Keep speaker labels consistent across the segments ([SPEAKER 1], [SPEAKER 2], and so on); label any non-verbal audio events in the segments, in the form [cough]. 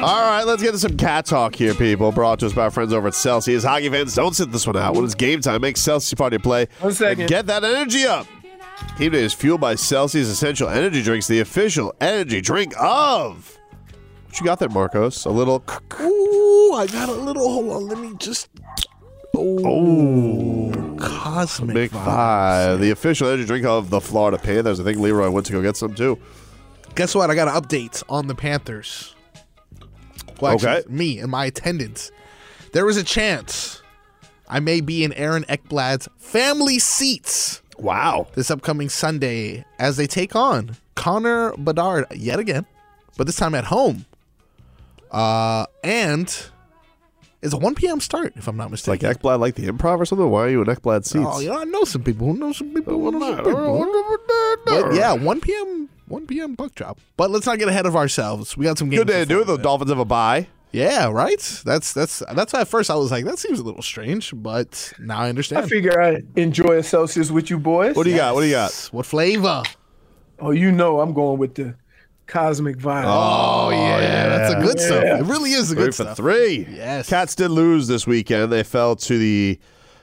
[SPEAKER 1] All right, let's get to some cat talk here, people. Brought to us by our friends over at Celsius. Hockey fans, don't sit this one out. When it's game time, make Celsius part of your play.
[SPEAKER 2] One second.
[SPEAKER 1] And get that energy up. Game Day is fueled by Celsius Essential Energy Drinks, the official energy drink of. What you got there, Marcos? A little.
[SPEAKER 3] Ooh, I got a little. Hold on, let me just. Oh, cosmic
[SPEAKER 1] Big
[SPEAKER 3] vibes.
[SPEAKER 1] Five, the official energy drink of the Florida Panthers. I think Leroy went to go get some too.
[SPEAKER 3] Guess what? I got an update on the Panthers. Well, actually,
[SPEAKER 1] Okay.
[SPEAKER 3] it's me and my attendance. There was a chance I may be in Aaron Eckblad's family seats
[SPEAKER 1] Wow.
[SPEAKER 3] this upcoming Sunday as they take on Connor Bedard yet again, but this time at home. Uh, and it's a 1 p.m. start, if I'm not
[SPEAKER 1] Like
[SPEAKER 3] mistaken.
[SPEAKER 1] Ekblad, like the improv or something? Why are you in Ekblad seats?
[SPEAKER 3] Oh, you know, I know some people who know some people who know some people. But
[SPEAKER 1] But
[SPEAKER 3] yeah, 1 p.m. 1 p.m. buck drop. But let's not get ahead of ourselves. We got some games.
[SPEAKER 1] Good day to do it.
[SPEAKER 3] before
[SPEAKER 1] The
[SPEAKER 3] that.
[SPEAKER 1] Dolphins have a bye.
[SPEAKER 3] Yeah, right. That's that's that's why at first I was like, that seems a little strange, but now I understand.
[SPEAKER 2] I figure I enjoy a Celsius with you boys.
[SPEAKER 1] What do you got? What do you got?
[SPEAKER 3] Yes. What flavor?
[SPEAKER 2] oh, you know I'm going with the cosmic vibe.
[SPEAKER 3] Oh, yeah, that's a good stuff. It really is a
[SPEAKER 1] Three
[SPEAKER 3] good
[SPEAKER 1] for
[SPEAKER 3] stuff.
[SPEAKER 1] three.
[SPEAKER 3] Yes.
[SPEAKER 1] Cats did lose this weekend. They fell to the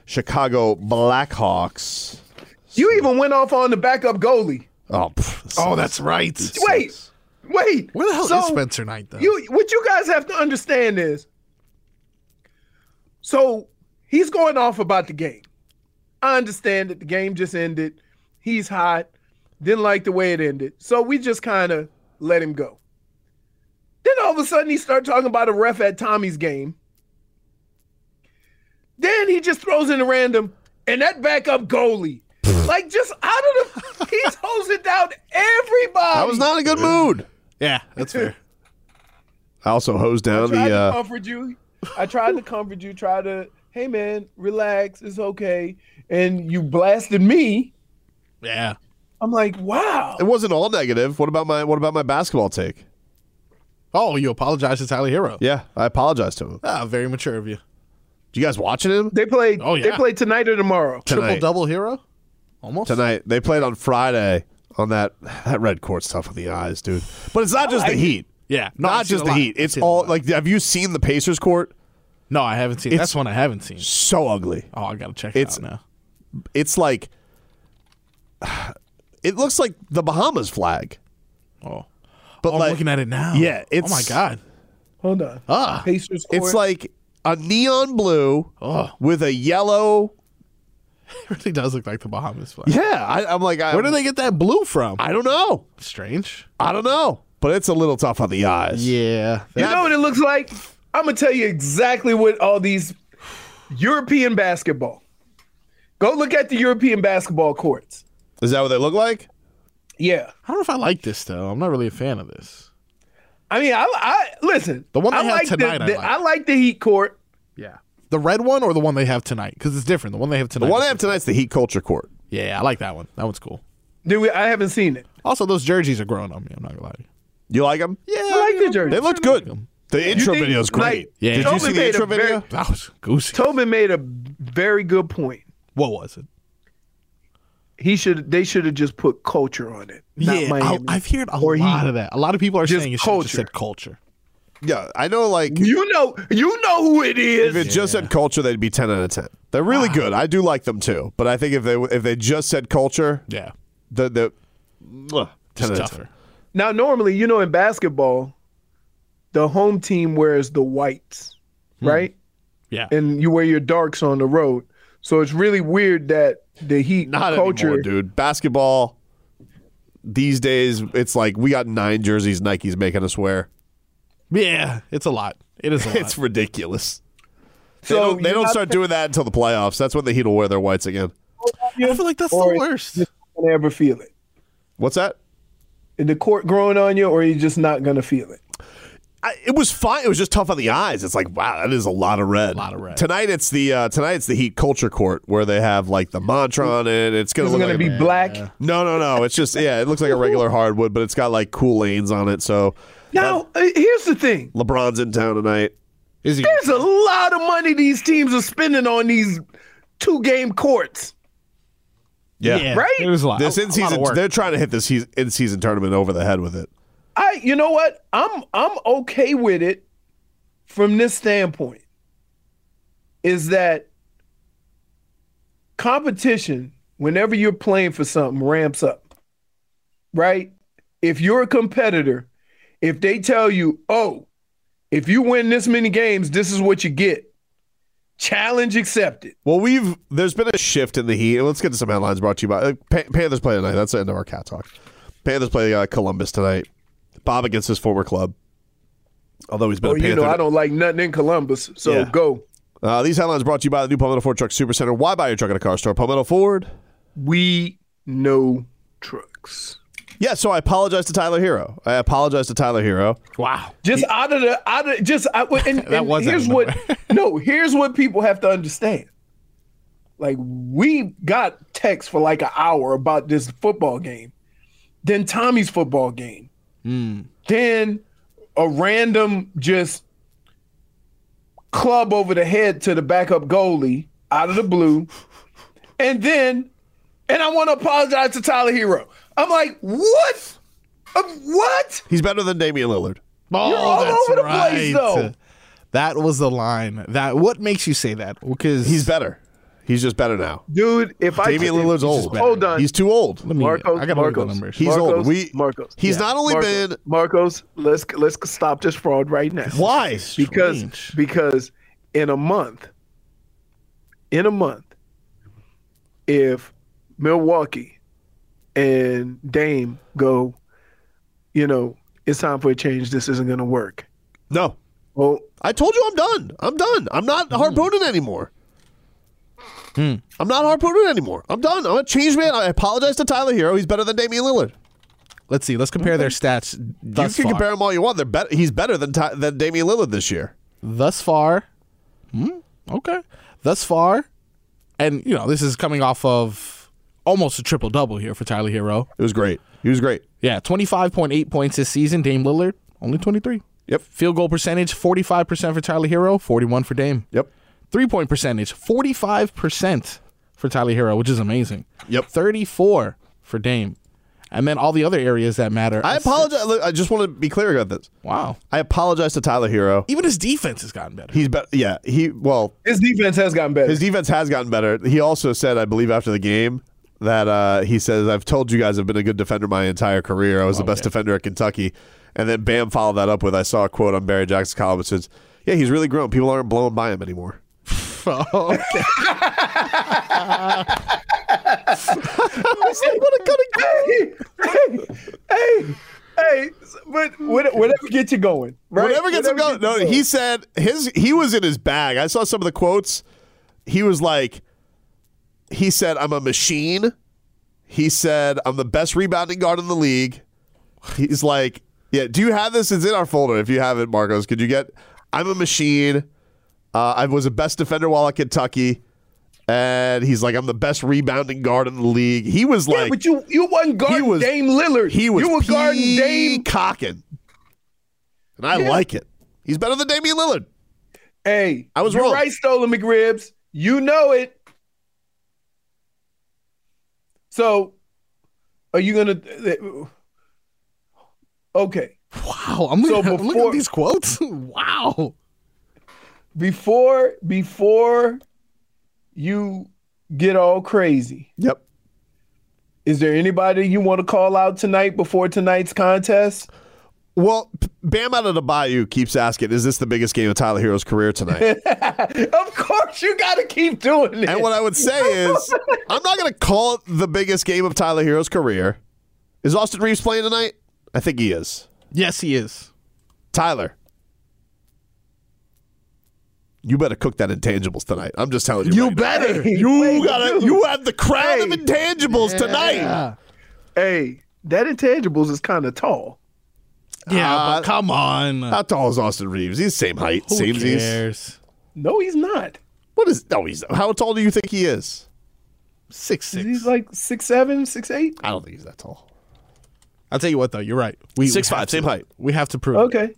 [SPEAKER 1] Chicago Blackhawks.
[SPEAKER 2] you even went off on the backup goalie.
[SPEAKER 1] Oh, pff,
[SPEAKER 3] Oh, that's right.
[SPEAKER 2] Wait, wait.
[SPEAKER 3] Where the hell
[SPEAKER 2] So,
[SPEAKER 3] is Spencer Knight though?
[SPEAKER 2] You, what you guys have to understand is, so he's going off about the game. I understand that the game just ended. He's hot. Didn't like the way it ended. So we just kind of let him go. Then all of a sudden he started talking about a ref at Tommy's game. Then he just throws in a random and that backup goalie. like just out of the he's hosing down everybody.
[SPEAKER 1] I was not in a good mood.
[SPEAKER 3] yeah,
[SPEAKER 1] [laughs]
[SPEAKER 3] that's fair.
[SPEAKER 1] I also hosed down
[SPEAKER 2] tried
[SPEAKER 1] the.
[SPEAKER 2] to
[SPEAKER 1] Uh,
[SPEAKER 2] comfort you. I tried to comfort you. Try to, hey man, relax. It's okay. And you blasted me.
[SPEAKER 3] Yeah.
[SPEAKER 2] I'm like, wow.
[SPEAKER 1] it wasn't all negative. What about my What about my basketball take?
[SPEAKER 3] Oh, you apologize to Tyler Hero.
[SPEAKER 1] Yeah, I apologize to him.
[SPEAKER 3] Ah, very mature of you.
[SPEAKER 1] You guys watching him
[SPEAKER 2] They played.
[SPEAKER 3] Oh,
[SPEAKER 2] They
[SPEAKER 3] yeah.
[SPEAKER 2] played tonight or tomorrow.
[SPEAKER 3] Triple
[SPEAKER 1] Tonight.
[SPEAKER 3] double hero? Almost.
[SPEAKER 1] tonight? They played on Friday on that that red court's tough on the eyes, dude. But it's not just the Heat.
[SPEAKER 3] Yeah. No, I've
[SPEAKER 1] Not
[SPEAKER 3] seen
[SPEAKER 1] just
[SPEAKER 3] a
[SPEAKER 1] the
[SPEAKER 3] lot.
[SPEAKER 1] Heat.
[SPEAKER 3] I've
[SPEAKER 1] It's
[SPEAKER 3] seen a
[SPEAKER 1] all
[SPEAKER 3] lot.
[SPEAKER 1] like. Have you seen the Pacers court?
[SPEAKER 3] No, I haven't seen. That's one I haven't seen.
[SPEAKER 1] So ugly.
[SPEAKER 3] Oh, I gotta check
[SPEAKER 1] It's-
[SPEAKER 3] it out now.
[SPEAKER 1] It's like. [sighs] It looks like the Bahamas flag.
[SPEAKER 3] Oh.
[SPEAKER 1] But
[SPEAKER 3] oh, I'm
[SPEAKER 1] like,
[SPEAKER 3] looking at it now.
[SPEAKER 1] yeah,
[SPEAKER 3] oh
[SPEAKER 1] it's-
[SPEAKER 3] my god. [laughs]
[SPEAKER 2] Hold on.
[SPEAKER 3] Ah.
[SPEAKER 2] Pacers. Court.
[SPEAKER 1] it's like a neon blue
[SPEAKER 3] Oh.
[SPEAKER 1] with a yellow.
[SPEAKER 3] It really does look like the Bahamas flag.
[SPEAKER 1] Yeah, I, I'm like, I,
[SPEAKER 3] Where do they get that blue from?
[SPEAKER 1] I don't know.
[SPEAKER 3] Strange.
[SPEAKER 1] I don't know. But it's a little tough on the eyes.
[SPEAKER 3] Yeah.
[SPEAKER 2] you know what it looks like. I'm gonna tell you exactly what all these European basketball. Go look at the European basketball courts.
[SPEAKER 1] Is that what they look like?
[SPEAKER 2] Yeah.
[SPEAKER 3] I don't know if I like this though. I'm not really a fan of this.
[SPEAKER 2] I mean, I, I listen.
[SPEAKER 3] The one they
[SPEAKER 2] I
[SPEAKER 3] have
[SPEAKER 2] like
[SPEAKER 3] tonight,
[SPEAKER 2] The,
[SPEAKER 3] I
[SPEAKER 2] the-
[SPEAKER 3] like.
[SPEAKER 2] I like the Heat court.
[SPEAKER 3] Yeah. The red one or the one they have tonight? Because it's different. The one they have tonight.
[SPEAKER 1] The one I
[SPEAKER 3] is
[SPEAKER 1] have tonight's the Heat Culture Court.
[SPEAKER 3] different. Yeah, I like that one. That one's cool.
[SPEAKER 2] Do we? I haven't seen it.
[SPEAKER 3] Also, those jerseys are growing on me. I'm not gonna lie to you.
[SPEAKER 1] You like them?
[SPEAKER 3] Yeah.
[SPEAKER 2] I like the jersey.
[SPEAKER 1] They looked good.
[SPEAKER 3] them.
[SPEAKER 1] The intro
[SPEAKER 2] think-
[SPEAKER 1] video's great.
[SPEAKER 2] like,
[SPEAKER 3] Yeah.
[SPEAKER 1] Did you
[SPEAKER 3] Tobin
[SPEAKER 1] see the
[SPEAKER 2] made a
[SPEAKER 1] intro
[SPEAKER 2] very-
[SPEAKER 1] video?
[SPEAKER 3] That was goosey.
[SPEAKER 2] Tobin made a very good point.
[SPEAKER 3] What was it?
[SPEAKER 2] He should. They should have just put culture on it. Not
[SPEAKER 3] yeah,
[SPEAKER 2] Miami.
[SPEAKER 3] I, I've heard a
[SPEAKER 2] Or he-
[SPEAKER 3] lot of that. A lot of people are
[SPEAKER 2] Just
[SPEAKER 3] saying it should have just
[SPEAKER 2] culture.
[SPEAKER 3] said culture.
[SPEAKER 1] Yeah, I know. Like
[SPEAKER 2] You know, you know who it
[SPEAKER 1] if
[SPEAKER 2] is.
[SPEAKER 1] it just said culture, they'd be ten out of ten. They're really good. I do like them too. But I think if they if they just said culture,
[SPEAKER 3] Yeah.
[SPEAKER 1] the the mwah, ten out
[SPEAKER 3] It's
[SPEAKER 1] of ten.
[SPEAKER 3] tougher.
[SPEAKER 2] Now, normally, you know, in basketball, the home team wears the whites,
[SPEAKER 1] Hmm.
[SPEAKER 2] right?
[SPEAKER 3] Yeah.
[SPEAKER 2] And you wear your darks on the road. So it's really weird that the Heat
[SPEAKER 1] Not
[SPEAKER 2] culture.
[SPEAKER 1] anymore, dude. Basketball these days, it's like we got nine jerseys. Nike's making us wear.
[SPEAKER 3] yeah. It's a lot. It is a [laughs] lot.
[SPEAKER 1] It's ridiculous.
[SPEAKER 2] So
[SPEAKER 1] they don't, they
[SPEAKER 2] you're
[SPEAKER 1] don't
[SPEAKER 2] not
[SPEAKER 1] start doing that until the playoffs. That's when the Heat will wear their whites again.
[SPEAKER 3] I feel like that's
[SPEAKER 2] Or
[SPEAKER 3] the
[SPEAKER 2] it's
[SPEAKER 3] worst.
[SPEAKER 2] just not gonna ever feel it.
[SPEAKER 1] What's that?
[SPEAKER 2] Is the court growing on you, or you're just not gonna feel it.
[SPEAKER 1] I, it was fine. It was just tough on the eyes. It's like wow, that is a lot of red. A
[SPEAKER 3] Lot of red.
[SPEAKER 1] Tonight it's the uh, tonight it's the Heat Culture Court where they have like the mantra on it. It's gonna
[SPEAKER 2] It's
[SPEAKER 1] look
[SPEAKER 2] gonna
[SPEAKER 1] like
[SPEAKER 2] be
[SPEAKER 1] a,
[SPEAKER 2] black.
[SPEAKER 1] no, no, no. It's just yeah, it looks like
[SPEAKER 2] [laughs]
[SPEAKER 1] a regular hardwood, but it's got like cool lanes on it. So
[SPEAKER 2] Now, uh, here's the thing.
[SPEAKER 1] LeBron's in town tonight.
[SPEAKER 3] Is he?
[SPEAKER 2] There's a lot of money these teams are spending on these two game courts.
[SPEAKER 1] Yeah,
[SPEAKER 2] Right?
[SPEAKER 3] It was a lot.
[SPEAKER 1] This
[SPEAKER 3] a,
[SPEAKER 1] in
[SPEAKER 3] a lot of
[SPEAKER 1] season,
[SPEAKER 3] work.
[SPEAKER 1] they're trying to hit this in season tournament over the head with it.
[SPEAKER 2] I you know what? I'm I'm okay with it from this standpoint. Is that competition whenever you're playing for something ramps up. Right? If you're a competitor, if they tell you, "Oh, if you win this many games, this is what you get." Challenge accepted.
[SPEAKER 1] Well, we've there's been a shift in the Heat. Let's get to some headlines brought to you by uh, Pan- Panthers play tonight. That's the end of our cat talk. Panthers play uh, Columbus tonight. Bob against his former club. Although he's been
[SPEAKER 2] Oh,
[SPEAKER 1] a Panther,
[SPEAKER 2] you know, I don't like nothing in Columbus, so
[SPEAKER 1] Yeah.
[SPEAKER 2] go.
[SPEAKER 1] Uh, these headlines brought to you by the new Palmetto Ford Truck Supercenter. Why buy your truck at a car store? Palmetto Ford.
[SPEAKER 2] We know trucks.
[SPEAKER 1] Yeah, so I apologize to Tyler Hero. I apologize to Tyler Hero.
[SPEAKER 3] wow.
[SPEAKER 2] Just out of the out of just I, and,
[SPEAKER 3] That
[SPEAKER 2] and
[SPEAKER 3] was out
[SPEAKER 2] here's
[SPEAKER 3] of
[SPEAKER 2] what
[SPEAKER 3] nowhere.
[SPEAKER 2] no here's what people have to understand. Like we got text for like an hour about this football game, then Tommy's football game, then a random just club over the head to the backup goalie out of the blue, and then and I want to apologize to Tyler Hero. I'm like what, Um, what?
[SPEAKER 1] He's better than Damian Lillard.
[SPEAKER 3] Oh,
[SPEAKER 2] all
[SPEAKER 3] that's
[SPEAKER 2] over the
[SPEAKER 3] right.
[SPEAKER 2] place, though.
[SPEAKER 3] That was the line. That what makes you say that? Because
[SPEAKER 1] He's better. He's just better now.
[SPEAKER 2] Dude, if I
[SPEAKER 1] Damian Lillard's old.
[SPEAKER 2] Hold on.
[SPEAKER 1] He's too old.
[SPEAKER 2] Marcos,
[SPEAKER 3] I gotta look at the
[SPEAKER 2] Marcos,
[SPEAKER 3] numbers.
[SPEAKER 1] He's
[SPEAKER 2] Marcos,
[SPEAKER 1] old. We
[SPEAKER 2] Marcos.
[SPEAKER 1] He's
[SPEAKER 2] Yeah.
[SPEAKER 1] not only
[SPEAKER 2] Marcos,
[SPEAKER 1] been
[SPEAKER 2] Marcos. Let's let's stop this fraud right now.
[SPEAKER 1] why
[SPEAKER 2] Because
[SPEAKER 3] Strange.
[SPEAKER 2] because in a month, in a month, if Milwaukee and Dame go, you know, it's time for a change. This isn't going to work.
[SPEAKER 1] no.
[SPEAKER 2] Well,
[SPEAKER 1] I told you I'm done. I'm done. I'm not harpooning anymore. I'm not harpooning anymore. I'm done. I'm a changed man. I apologize to Tyler Hero. He's better than Damian Lillard.
[SPEAKER 3] let's see. Let's compare their stats. Thus
[SPEAKER 1] you can
[SPEAKER 3] far.
[SPEAKER 1] compare him all you want. They're better. He's better than Ty- than Damian Lillard this year.
[SPEAKER 3] thus far. Hmm, okay. Thus far, and you know this is coming off of almost a triple double here for Tyler Hero.
[SPEAKER 1] It was great. He was great.
[SPEAKER 3] Yeah, twenty five point eight points this season. Dame Lillard only twenty three.
[SPEAKER 1] Yep.
[SPEAKER 3] Field goal percentage forty five percent for Tyler Hero, forty one for Dame.
[SPEAKER 1] Yep.
[SPEAKER 3] Three point percentage forty five percent for Tyler Hero, which is amazing.
[SPEAKER 1] Yep.
[SPEAKER 3] Thirty four for Dame, and then all the other areas that matter.
[SPEAKER 1] I
[SPEAKER 3] Assist-
[SPEAKER 1] apologize. Look, I just want to be clear about this.
[SPEAKER 3] Wow.
[SPEAKER 1] I apologize to Tyler Hero.
[SPEAKER 3] Even his defense has gotten better.
[SPEAKER 1] He's better. Yeah. He well,
[SPEAKER 2] his defense has gotten better.
[SPEAKER 1] his defense has gotten better. He also said, I believe, after the game that uh, he says, "I've told you guys I've been a good defender my entire career. I was the best defender at Kentucky." And then Bam followed that up with, "I saw a quote on Barry Jackson column that says, yeah, he's really grown. People aren't blown by him anymore.'" [laughs]
[SPEAKER 2] what a good hey, hey, hey, but what- whatever gets you going, right?
[SPEAKER 1] Whatever gets him going. No,
[SPEAKER 2] you
[SPEAKER 1] he said his he was in his bag. I saw some of the quotes. He was like, he said, "I'm a machine." He said, "I'm the best rebounding guard in the league." He's like, "Yeah, do you have this? It's in our folder. If you have it, Marcos, could you get? I'm a machine. Uh, I was a best defender while at Kentucky." And he's like, I'm the best rebounding guard in the league. He was
[SPEAKER 2] Yeah,
[SPEAKER 1] like,
[SPEAKER 2] but you you wasn't guarding
[SPEAKER 1] was-
[SPEAKER 2] Dame Lillard.
[SPEAKER 1] he was
[SPEAKER 2] you were guarding Dame.
[SPEAKER 1] peacocking. And I like it. He's better than Damian Lillard.
[SPEAKER 2] Hey,
[SPEAKER 1] I was
[SPEAKER 2] you're
[SPEAKER 1] wrong.
[SPEAKER 2] right, stolen McRibs. You know it. So, are you gonna? Okay,
[SPEAKER 3] Wow, [laughs] I'm looking, I'm looking
[SPEAKER 2] before-
[SPEAKER 3] at these quotes. [laughs] wow.
[SPEAKER 2] Before before you get all crazy,
[SPEAKER 1] Yep.
[SPEAKER 2] is there anybody you want to call out tonight before tonight's contest?
[SPEAKER 1] Well, P- Bam out of the Bayou keeps asking, "Is this the biggest game of Tyler Hero's
[SPEAKER 2] [laughs]
[SPEAKER 1] career tonight?"
[SPEAKER 2] [laughs] Of course, you got to keep doing it.
[SPEAKER 1] and what I would say is,
[SPEAKER 2] [laughs]
[SPEAKER 1] I'm not going to call it the biggest game of Tyler Hero's career. Is Austin Reeves playing tonight? I think he is.
[SPEAKER 3] Yes, he is.
[SPEAKER 1] Tyler, you better cook that intangibles tonight. I'm just telling you.
[SPEAKER 3] You
[SPEAKER 1] right now.
[SPEAKER 3] better.
[SPEAKER 1] You got to You have the crown of
[SPEAKER 2] Hey.
[SPEAKER 1] intangibles tonight.
[SPEAKER 2] hey, that intangibles is kind of tall.
[SPEAKER 3] Yeah,
[SPEAKER 1] Uh,
[SPEAKER 3] but come on.
[SPEAKER 1] How tall is Austin Reeves? He's same height,
[SPEAKER 3] Who
[SPEAKER 1] same knees.
[SPEAKER 3] cares?
[SPEAKER 2] No, he's not.
[SPEAKER 1] What is? No, he's. How tall do you think he is?
[SPEAKER 3] Six six.
[SPEAKER 2] He's like six seven, six eight.
[SPEAKER 1] I don't think he's that tall.
[SPEAKER 3] I'll tell you what though, you're right. We
[SPEAKER 1] Six
[SPEAKER 3] we have
[SPEAKER 1] five, same
[SPEAKER 3] to-
[SPEAKER 1] height.
[SPEAKER 3] We have to prove. it.
[SPEAKER 2] Okay.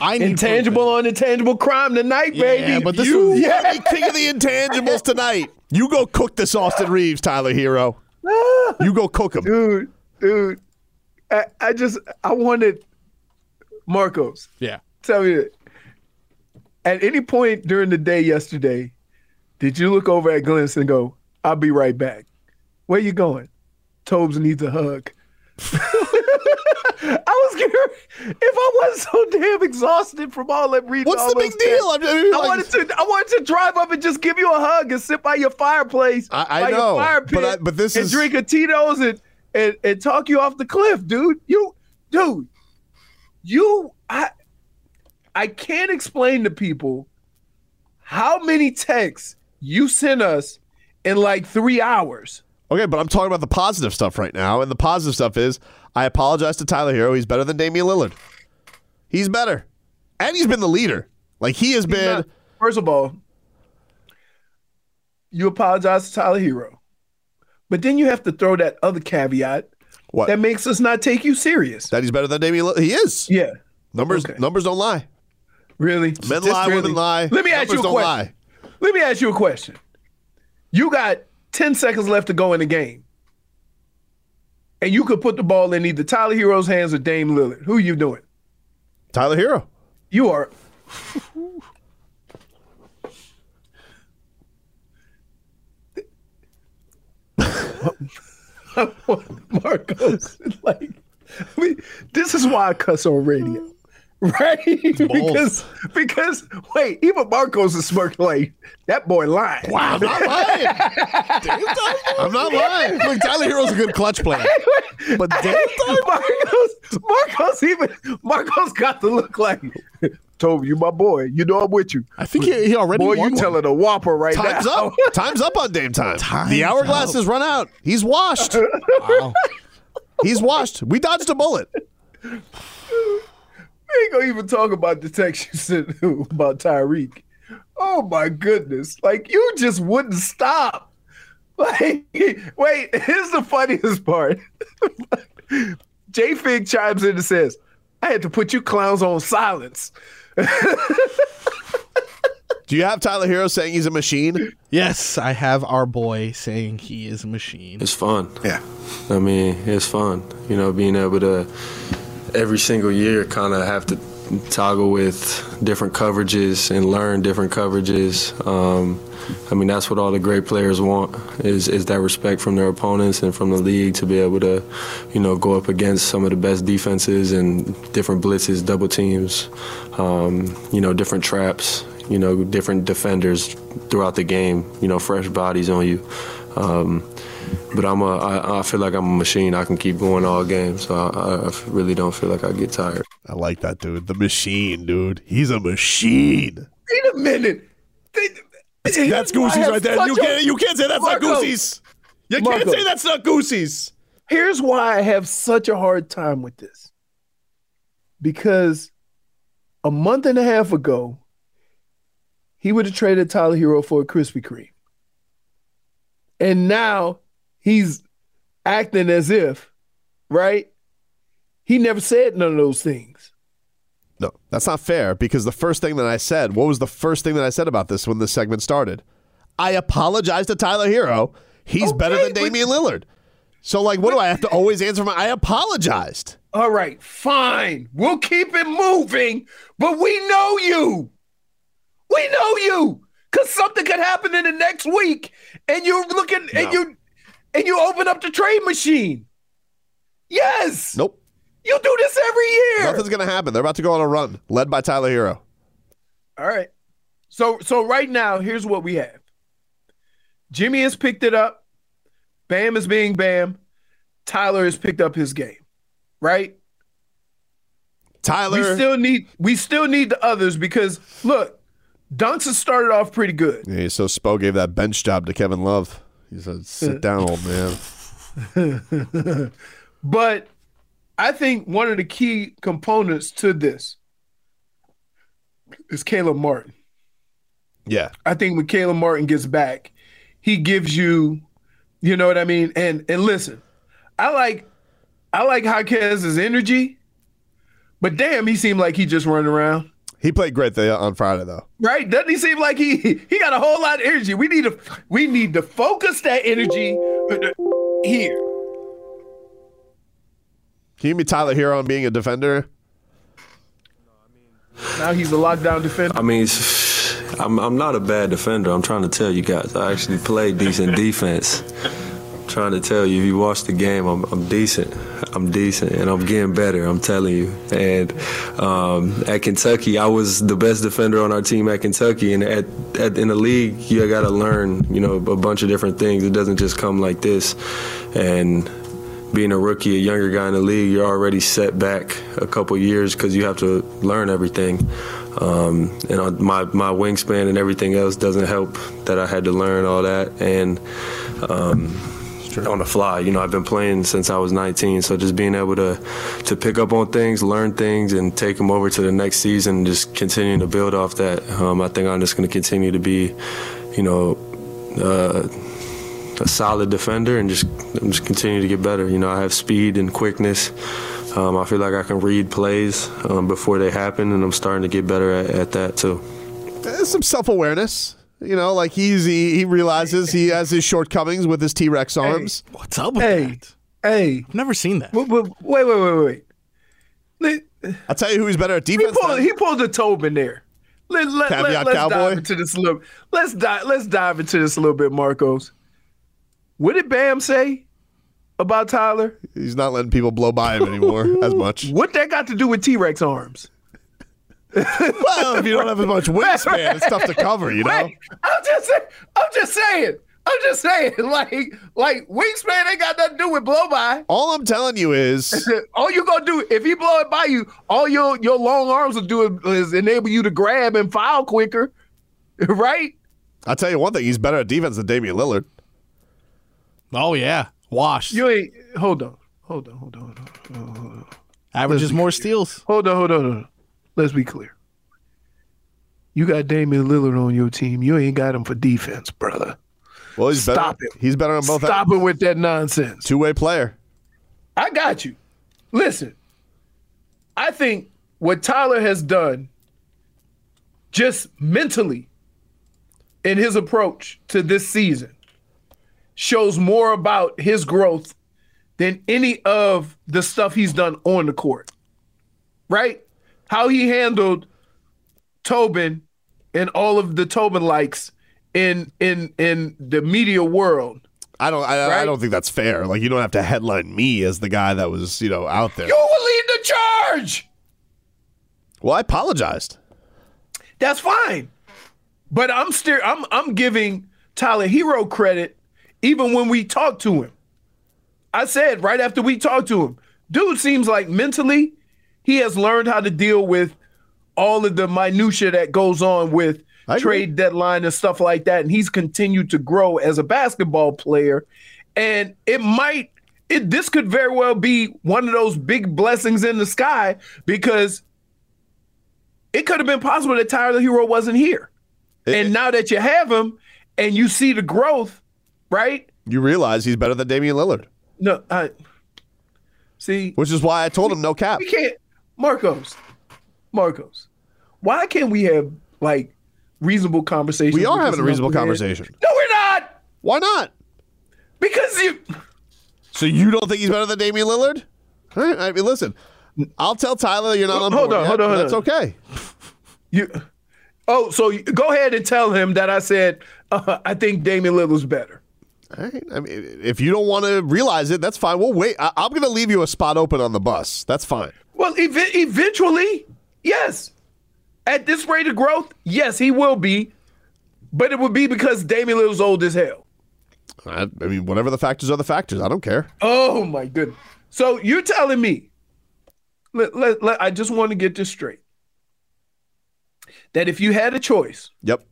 [SPEAKER 3] I need
[SPEAKER 2] Oh, Intangible on intangible crime tonight,
[SPEAKER 3] Yeah,
[SPEAKER 2] baby.
[SPEAKER 3] but this
[SPEAKER 2] you,
[SPEAKER 3] was-
[SPEAKER 2] yeah.
[SPEAKER 1] Hey, king of the intangibles tonight. You go cook this Austin Reeves, Tyler Hero. You go cook him.
[SPEAKER 2] Ah! dude, dude. I, I just I wanted Marcos.
[SPEAKER 3] proof. Yeah.
[SPEAKER 2] Tell me that. At any point during the day yesterday, did you look over at Glenn and go, "I'll be right back"? Where you going? Tobes needs a hug. [laughs] I was curious if I wasn't so damn exhausted from all that reading.
[SPEAKER 1] What's
[SPEAKER 2] all
[SPEAKER 1] the big
[SPEAKER 2] those
[SPEAKER 1] deal?
[SPEAKER 2] texts.
[SPEAKER 1] I mean,
[SPEAKER 2] I
[SPEAKER 1] like-
[SPEAKER 2] wanted to. I wanted to drive up and just give you a hug and sit by your fireplace.
[SPEAKER 1] I- I
[SPEAKER 2] by
[SPEAKER 1] know,
[SPEAKER 2] Your fire
[SPEAKER 1] but
[SPEAKER 2] pit
[SPEAKER 1] I- but this
[SPEAKER 2] and
[SPEAKER 1] is-
[SPEAKER 2] drink a Tito's and, and and talk you off the cliff, dude. You, dude, you. I I can't explain to people how many texts you sent us in like three hours.
[SPEAKER 1] Okay, but I'm talking about the positive stuff right now, and the positive stuff is I apologize to Tyler Hero. He's better than Damian Lillard. He's better, and he's been the leader. Like he has been.
[SPEAKER 2] Not- First of all, you apologize to Tyler Hero, but then you have to throw that other caveat
[SPEAKER 1] What?
[SPEAKER 2] that makes us not take you serious.
[SPEAKER 1] that he's better than Damian. Lillard. He is.
[SPEAKER 2] yeah,
[SPEAKER 1] Numbers
[SPEAKER 2] okay.
[SPEAKER 1] numbers don't lie.
[SPEAKER 2] really.
[SPEAKER 1] Men
[SPEAKER 2] Just
[SPEAKER 1] lie,
[SPEAKER 2] really.
[SPEAKER 1] women lie.
[SPEAKER 2] Let me ask
[SPEAKER 1] numbers
[SPEAKER 2] you a
[SPEAKER 1] don't
[SPEAKER 2] question.
[SPEAKER 1] lie.
[SPEAKER 2] Let me ask you a question. You got ten seconds left to go in the game, and you could put the ball in either Tyler Hero's hands or Dame Lillard. Who you doing?
[SPEAKER 1] Tyler Hero.
[SPEAKER 2] You are. [laughs] Marcos, like, I mean, this is why I cuss on radio, right? [laughs] because, because, wait, even Marcos is smirking like that boy lying. [laughs]
[SPEAKER 1] Wow, I'm not lying. I'm not lying.
[SPEAKER 3] Look, Tyler Hero's a good clutch
[SPEAKER 2] [laughs]
[SPEAKER 3] player. But damn
[SPEAKER 2] Marcos, Marcos, even Marcos got to look like Toby. You my boy. You know I'm with you.
[SPEAKER 3] I think he, he already
[SPEAKER 2] Boy,
[SPEAKER 3] won
[SPEAKER 2] you
[SPEAKER 3] one.
[SPEAKER 2] telling a whopper right
[SPEAKER 1] Time's
[SPEAKER 2] now.
[SPEAKER 1] up. Time's up on Dame time.
[SPEAKER 3] Time's
[SPEAKER 1] the hourglass
[SPEAKER 3] up.
[SPEAKER 1] has run out. He's washed.
[SPEAKER 3] Wow.
[SPEAKER 1] He's washed. We dodged a bullet.
[SPEAKER 2] We ain't gonna even talk about the text you sent [laughs] about Tyreek. Oh my goodness. Like you just wouldn't stop. [laughs] Like wait, here's the funniest part. [laughs] J Fig chimes in and says, I had to put you clowns on silence.
[SPEAKER 1] Do you have Tyler Hero saying he's a machine?
[SPEAKER 3] Yes, I have our boy saying he is a machine.
[SPEAKER 4] It's fun.
[SPEAKER 5] Yeah.
[SPEAKER 4] I mean, it's fun. You know, being able to every single year kind of have to toggle with different coverages and learn different coverages. Um, I mean, that's what all the great players want is is that respect from their opponents and from the league to be able to, you know, go up against some of the best defenses and different blitzes, double teams, um, you know, different traps, you know, different defenders throughout the game, you know, fresh bodies on you. Um, but I'm a, I, I feel like I'm a machine. I can keep going all game, so I, I really don't feel like I get tired.
[SPEAKER 1] I like that dude. The machine, dude. He's a machine.
[SPEAKER 2] Wait a minute. They-
[SPEAKER 1] That's Goosey's right there. You can't you can't say that's not
[SPEAKER 2] Marco.
[SPEAKER 1] Goosey's. You
[SPEAKER 2] Marco.
[SPEAKER 1] can't say that's not Goosey's.
[SPEAKER 2] here's why I have such a hard time with this. Because a month and a half ago, he would have traded Tyler Hero for a Krispy Kreme. And now he's acting as if, right? He never said none of those things.
[SPEAKER 1] No, that's not fair because the first thing that I said, what was the first thing that I said about this when this segment started? I apologize to Tyler Hero. He's better
[SPEAKER 2] Okay,
[SPEAKER 1] than
[SPEAKER 2] but-
[SPEAKER 1] Damian Lillard. So, like, what do I have to always answer? My, I apologized.
[SPEAKER 2] All right, fine. We'll keep it moving, but we know you. We know you. Cause something could happen in the next week and you're looking and you and you open up the trade machine. Yes.
[SPEAKER 1] Nope.
[SPEAKER 2] You do this every year.
[SPEAKER 1] Nothing's going to happen. They're about to go on a run led by Tyler Hero.
[SPEAKER 2] All right. So so right now, here's what we have. Jimmy has picked it up. Bam is being Bam. Tyler has picked up his game. Right?
[SPEAKER 1] Tyler.
[SPEAKER 2] We still need we still need the others because look, Dunks has started off pretty good.
[SPEAKER 1] yeah, so Spo gave that bench job to Kevin Love. He said, sit down, old man.
[SPEAKER 2] But I think one of the key components to this is Caleb Martin.
[SPEAKER 1] Yeah.
[SPEAKER 2] I think when Caleb Martin gets back, he gives you, you know what I mean? And and listen, I like I like Jaquez's energy, but damn, he seemed like he just running around.
[SPEAKER 1] He played great the, on Friday, though.
[SPEAKER 2] Right? Doesn't he seem like he he got a whole lot of energy? We need to we need to focus that energy uh, here.
[SPEAKER 1] Can you give me Tyler Hero on being a defender?
[SPEAKER 2] Now he's a lockdown defender.
[SPEAKER 4] I mean, it's- I'm, I'm not a bad defender. I'm trying to tell you guys. I actually play decent defense. I'm trying to tell you, if you watch the game, I'm, I'm decent. I'm decent, and I'm getting better. I'm telling you. And um, at Kentucky, I was the best defender on our team at Kentucky. And at, at in the league, you got to learn, you know, a bunch of different things. It doesn't just come like this. And being a rookie, a younger guy in the league, you're already set back a couple years because you have to learn everything. Um, and on my, my wingspan and everything else doesn't help that I had to learn all that. And um, on the fly, you know, I've been playing since I was 19. So just being able to, to pick up on things, learn things, and take them over to the next season, and just continuing to build off that. Um, I think I'm just going to continue to be, you know, uh, a solid defender and just and just continue to get better. You know, I have speed and quickness. Um, I feel like I can read plays um, before they happen, and I'm starting to get better at, at that too.
[SPEAKER 1] There's Eh, some self awareness. You know, like he's he, he realizes he has his shortcomings with his T Rex arms.
[SPEAKER 3] What's up with
[SPEAKER 2] Hey.
[SPEAKER 3] that?
[SPEAKER 2] Hey,
[SPEAKER 3] I've never seen that.
[SPEAKER 2] wait, wait, wait, wait, wait. Let-
[SPEAKER 1] I'll tell you who he's better at
[SPEAKER 2] He
[SPEAKER 1] defense.
[SPEAKER 2] pulled,
[SPEAKER 1] than-
[SPEAKER 2] he pulled a Tobin there. Let, let, let,
[SPEAKER 1] Caveat
[SPEAKER 2] let's
[SPEAKER 1] cowboy?
[SPEAKER 2] dive into this a little. Let's dive. Let's dive into this a little bit, Marcos. What did Bam say about Tyler?
[SPEAKER 1] he's not letting people blow by him [laughs] anymore as much.
[SPEAKER 2] What that got to do with T Rex arms?
[SPEAKER 1] Well, if you don't have as much wingspan, it's tough to cover. You know,
[SPEAKER 2] Wait, I'm just saying. I'm just saying. I'm just saying. [laughs] Like, like wingspan ain't got nothing to do with blow by.
[SPEAKER 1] [laughs] all I'm telling you is
[SPEAKER 2] All you gonna do if he blow it by you, all your your long arms will do is enable you to grab and foul quicker, [laughs] right?
[SPEAKER 1] I'll tell you one thing: he's better at defense than Damian Lillard.
[SPEAKER 3] Oh yeah, Wash
[SPEAKER 2] You ain't hold on, hold on, hold on, hold on.
[SPEAKER 3] averages more steals.
[SPEAKER 2] Hold on, hold on, hold on. Let's be clear. You got Damian Lillard on your team. You ain't got him for defense, brother.
[SPEAKER 1] Well, he's better.
[SPEAKER 2] Stop it.
[SPEAKER 1] He's better on both.
[SPEAKER 2] Stop it with that nonsense.
[SPEAKER 1] Two way player.
[SPEAKER 2] I got you. Listen, I think what Tyler has done just mentally in his approach to this season shows more about his growth than any of the stuff he's done on the court. Right? How he handled Tobin and all of the Tobin likes in in in the media world.
[SPEAKER 1] I don't. I, I
[SPEAKER 2] Right.
[SPEAKER 1] don't think that's fair. Like you don't have to headline me as the guy that was you know out there.
[SPEAKER 2] You will lead the charge.
[SPEAKER 1] Well, I apologized.
[SPEAKER 2] That's fine. But I'm still I'm I'm giving Tyler Hero credit even when we talked to him. I said right after we talked to him, dude seems like mentally he has learned how to deal with all of the minutia that goes on with
[SPEAKER 1] I agree.
[SPEAKER 2] trade deadline and stuff like that and he's continued to grow as a basketball player and it might it this could very well be one of those big blessings in the sky because it could have been possible that Tyler Hero wasn't here. and now that you have him and you see the growth, right?
[SPEAKER 1] You realize he's better than Damian Lillard,
[SPEAKER 2] No, I see.
[SPEAKER 1] which is why I told him no cap.
[SPEAKER 2] We can't, Marcos, Marcos. Why can't we have like reasonable conversations?
[SPEAKER 1] We are
[SPEAKER 2] with
[SPEAKER 1] having
[SPEAKER 2] this
[SPEAKER 1] a reasonable
[SPEAKER 2] knucklehead?
[SPEAKER 1] conversation.
[SPEAKER 2] No, we're not.
[SPEAKER 1] Why not?
[SPEAKER 2] Because you,
[SPEAKER 1] So you don't think he's better than Damian Lillard? All right, I mean, listen, I'll tell Tyler you're not on
[SPEAKER 2] Hold
[SPEAKER 1] board
[SPEAKER 2] on,
[SPEAKER 1] yet,
[SPEAKER 2] hold on,
[SPEAKER 1] but
[SPEAKER 2] hold
[SPEAKER 1] That's
[SPEAKER 2] on.
[SPEAKER 1] okay.
[SPEAKER 2] You. Oh, so you- go ahead and tell him that I said uh, I think Damian Lillard's better.
[SPEAKER 1] All right. I mean, if you don't want to realize it, that's fine. We'll wait. I- I'm going to leave you a spot open on the bus. That's fine.
[SPEAKER 2] Well, ev- eventually, yes. At this rate of growth, yes, he will be, but it would be because Damian Lillard's old as hell.
[SPEAKER 1] I, I mean, whatever the factors are, the factors. I don't care.
[SPEAKER 2] Oh my goodness. So you're telling me, let, let, let- I just want to get this straight. That if you had a choice
[SPEAKER 1] Yep.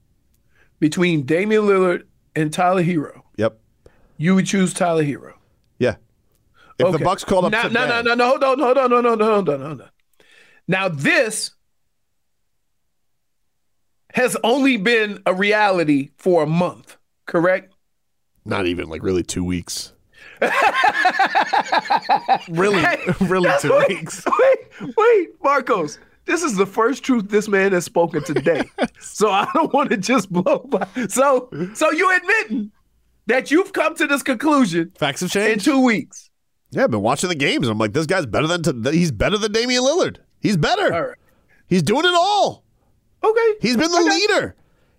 [SPEAKER 2] between Damian Lillard and Tyler Hero,
[SPEAKER 1] Yep.
[SPEAKER 2] you would choose Tyler Hero.
[SPEAKER 1] Yeah. If
[SPEAKER 2] Okay.
[SPEAKER 1] the Bucks called up
[SPEAKER 2] now,
[SPEAKER 1] today,
[SPEAKER 2] no, no, no, no, hold on, hold on, hold on, hold on, hold on. Now this has only been a reality for a month, correct?
[SPEAKER 1] not even like really two weeks.
[SPEAKER 3] [laughs] Really,
[SPEAKER 1] [laughs]
[SPEAKER 3] really two
[SPEAKER 2] wait,
[SPEAKER 3] weeks.
[SPEAKER 2] Wait, wait, Marcos. This is the first truth this man has spoken
[SPEAKER 1] [laughs]
[SPEAKER 2] today. so I don't want to just blow by. So, so you admitting that you've come to this conclusion
[SPEAKER 3] Facts have
[SPEAKER 2] in
[SPEAKER 3] changed.
[SPEAKER 2] two weeks?
[SPEAKER 1] Yeah, I've been watching the games. I'm like, this guy's better than t- he's better than Damian Lillard. He's better.
[SPEAKER 2] All right.
[SPEAKER 1] He's doing it all.
[SPEAKER 2] Okay.
[SPEAKER 1] He's been the
[SPEAKER 2] Okay.
[SPEAKER 1] leader.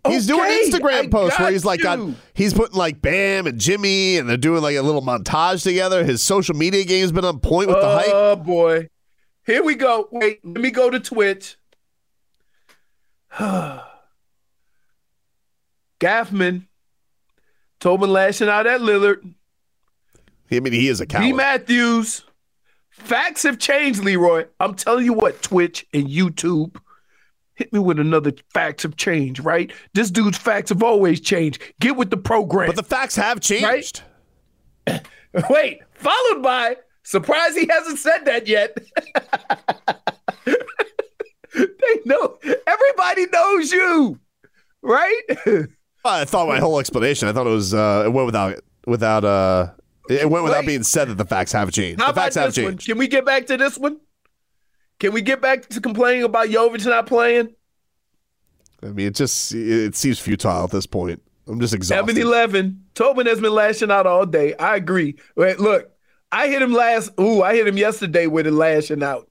[SPEAKER 1] He's
[SPEAKER 2] Okay,
[SPEAKER 1] doing Instagram
[SPEAKER 2] I
[SPEAKER 1] posts where
[SPEAKER 2] got
[SPEAKER 1] he's like, got,
[SPEAKER 2] you.
[SPEAKER 1] he's putting like Bam and Jimmy, and they're doing like a little montage together. His social media game's been on point with the hype.
[SPEAKER 2] Oh boy. Here we go. Wait, let me go to Twitch. [sighs] Gaffman. Tobin lashing out at Lillard.
[SPEAKER 1] I mean, he is a coward.
[SPEAKER 2] B Matthews. Facts have changed, Leroy. I'm telling you what, Twitch and YouTube. Hit me with another facts have changed, right? This dude's facts have always changed. Get with the program.
[SPEAKER 1] but the facts have changed.
[SPEAKER 2] Right? Wait, followed by surprise he hasn't said that yet. [laughs] they know everybody knows you, right?
[SPEAKER 1] I thought my whole explanation. I thought it was uh, it went without without uh, it went without
[SPEAKER 2] Wait.
[SPEAKER 1] being said that the facts have changed.
[SPEAKER 2] How
[SPEAKER 1] the
[SPEAKER 2] about
[SPEAKER 1] facts have
[SPEAKER 2] this one?
[SPEAKER 1] changed.
[SPEAKER 2] Can we get back to this one? Can we get back to complaining about Jovic not playing?
[SPEAKER 1] I mean, it just it seems futile at this point. I'm just exhausted.
[SPEAKER 2] 7 11. Tobin has been lashing out all day. I agree. Wait, look, I hit him last. Ooh, I hit him yesterday with a lashing out.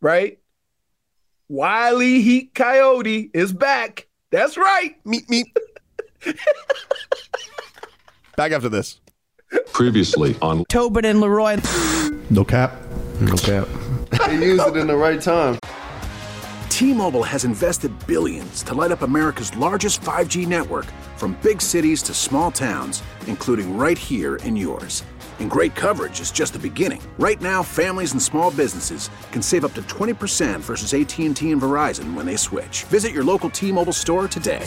[SPEAKER 2] Right? Wiley Heat Coyote is back. That's right.
[SPEAKER 1] meep meep. Back after this.
[SPEAKER 6] Previously on
[SPEAKER 7] Tobin and Leroy.
[SPEAKER 1] No cap.
[SPEAKER 8] Use it in the right time.
[SPEAKER 5] T-Mobile has invested billions to light up America's largest 5G network from big cities to small towns, including right here in yours. And great coverage is just the beginning. Right now, families and small businesses can save up to 20% versus AT&T and Verizon when they switch. Visit your local T-Mobile store today.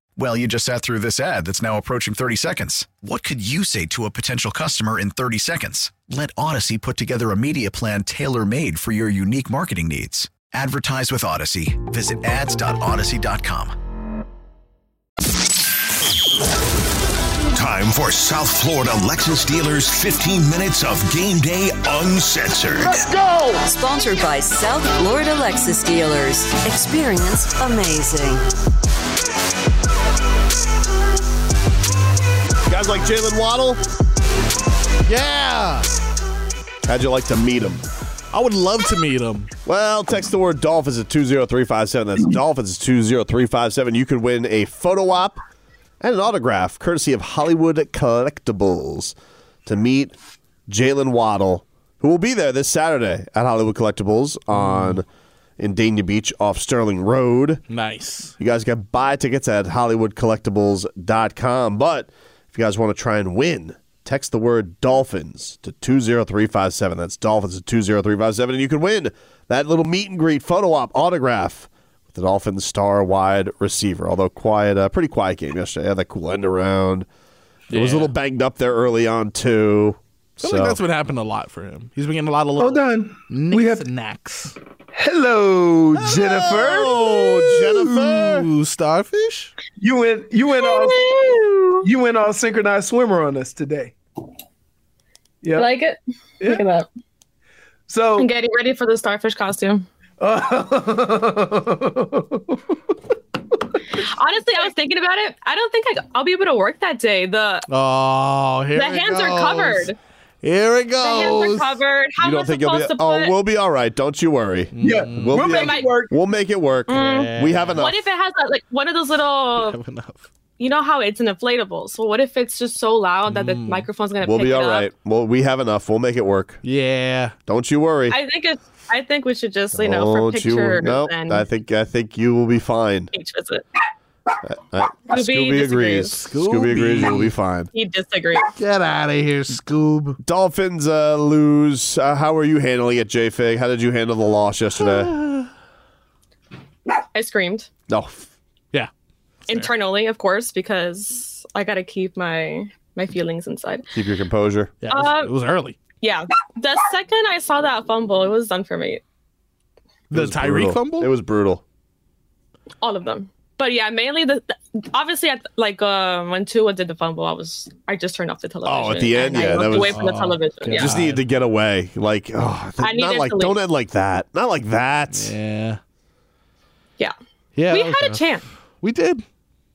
[SPEAKER 9] Well, you just sat through this ad that's now approaching 30 seconds. What could you say to a potential customer in 30 seconds? Let Odyssey put together a media plan tailor made for your unique marketing needs. Advertise with Odyssey. Visit ads.odyssey.com.
[SPEAKER 6] time for South Florida Lexus Dealers 15 minutes of game day uncensored.
[SPEAKER 7] Sponsored by South Florida Lexus Dealers. Experienced amazing.
[SPEAKER 1] Guys like Jalen Waddle.
[SPEAKER 3] Yeah,
[SPEAKER 1] How'd you like to meet him?
[SPEAKER 3] I would love to meet him.
[SPEAKER 1] Well, text the word Dolphins at 20357. That's Dolphins 20357. You could win a photo op and an autograph courtesy of Hollywood Collectibles to meet Jalen Waddle, who will be there this Saturday at Hollywood Collectibles on in Dania Beach off Sterling Road.
[SPEAKER 10] Nice.
[SPEAKER 1] You guys can buy tickets at HollywoodCollectibles.com. But if you guys want to try and win, text the word Dolphins to 20357. That's Dolphins to 20357. And you can win that little meet and greet photo op autograph with the Dolphins star wide receiver. Although, quiet, uh, pretty quiet game yesterday. Had that cool end around. It was a little banged up there early on, too.
[SPEAKER 3] I feel like that's what happened a lot for him. He's been getting a lot of little. Hold
[SPEAKER 2] on.
[SPEAKER 3] We have snacks.
[SPEAKER 2] Hello, Jennifer. Oh,
[SPEAKER 3] Hello, Jennifer. Starfish.
[SPEAKER 2] You went. You went all. You went all synchronized swimmer on us today. Yeah.
[SPEAKER 11] Like it? Look at that.
[SPEAKER 2] So [laughs]
[SPEAKER 11] I'm getting ready for the starfish costume. Honestly, I was thinking about it. I don't think I, will be able to work that day. The
[SPEAKER 3] Oh, here
[SPEAKER 11] the
[SPEAKER 3] it
[SPEAKER 11] hands are
[SPEAKER 3] goes.
[SPEAKER 11] covered.
[SPEAKER 3] Here it
[SPEAKER 11] The
[SPEAKER 3] goes.
[SPEAKER 11] hands are covered. How am
[SPEAKER 1] you
[SPEAKER 11] I
[SPEAKER 1] don't think you'll be?
[SPEAKER 11] supposed to
[SPEAKER 1] Oh,
[SPEAKER 11] put-
[SPEAKER 1] we'll be all right. Don't you worry.
[SPEAKER 2] Yeah,
[SPEAKER 1] we'll,
[SPEAKER 2] we'll
[SPEAKER 1] be-
[SPEAKER 2] make it work.
[SPEAKER 1] We'll make it work.
[SPEAKER 11] Mm.
[SPEAKER 1] We have enough.
[SPEAKER 11] What if it has that, like one of those little? You know how it's an inflatable. So what if it's just so loud that the microphone's gonna
[SPEAKER 1] Mm. we'll
[SPEAKER 11] pick
[SPEAKER 1] be
[SPEAKER 11] it
[SPEAKER 1] all
[SPEAKER 11] up?
[SPEAKER 1] right. Well, we have enough. We'll make it work.
[SPEAKER 3] Yeah.
[SPEAKER 1] Don't you worry.
[SPEAKER 11] I think it's. I think we should just you know for
[SPEAKER 1] Don't you worry.
[SPEAKER 11] pictures
[SPEAKER 1] No,
[SPEAKER 11] and
[SPEAKER 1] I think I think you will be fine.
[SPEAKER 11] each visit.
[SPEAKER 1] I- I-
[SPEAKER 11] Scooby
[SPEAKER 1] Scooby agrees.
[SPEAKER 11] disagrees.
[SPEAKER 1] Scooby agrees.
[SPEAKER 11] Scooby.
[SPEAKER 1] You'll be fine.
[SPEAKER 11] He disagrees.
[SPEAKER 3] Get out of here, Scoob.
[SPEAKER 1] Dolphins uh, lose. Uh, how are you handling it, J Fig? How did you handle the loss yesterday?
[SPEAKER 3] [sighs]
[SPEAKER 1] Oh,
[SPEAKER 11] I screamed
[SPEAKER 1] No.
[SPEAKER 3] Yeah.
[SPEAKER 11] internally, of course, because I gotta keep my my feelings inside.
[SPEAKER 1] Keep your composure.
[SPEAKER 11] Yeah, it was- Uh, it was
[SPEAKER 3] early.
[SPEAKER 11] Yeah, the second I saw that fumble, it was done for me.
[SPEAKER 3] The Tyreek fumble?
[SPEAKER 1] It was brutal.
[SPEAKER 11] all of them. But yeah, mainly the, the- obviously at like uh, when Tua did the fumble, I was I just turned off the television.
[SPEAKER 1] Oh, at the end,
[SPEAKER 11] and I
[SPEAKER 1] yeah, that
[SPEAKER 11] walked
[SPEAKER 1] was
[SPEAKER 11] away from the television. yeah.
[SPEAKER 1] Just needed to get away. Like, oh,
[SPEAKER 11] I
[SPEAKER 1] not
[SPEAKER 11] needed
[SPEAKER 1] like.
[SPEAKER 11] to leave.
[SPEAKER 1] Don't end like that. Not like that.
[SPEAKER 3] Yeah.
[SPEAKER 11] yeah,
[SPEAKER 3] Yeah.
[SPEAKER 11] we
[SPEAKER 3] that was
[SPEAKER 11] had a
[SPEAKER 3] rough.
[SPEAKER 11] chance.
[SPEAKER 3] We did.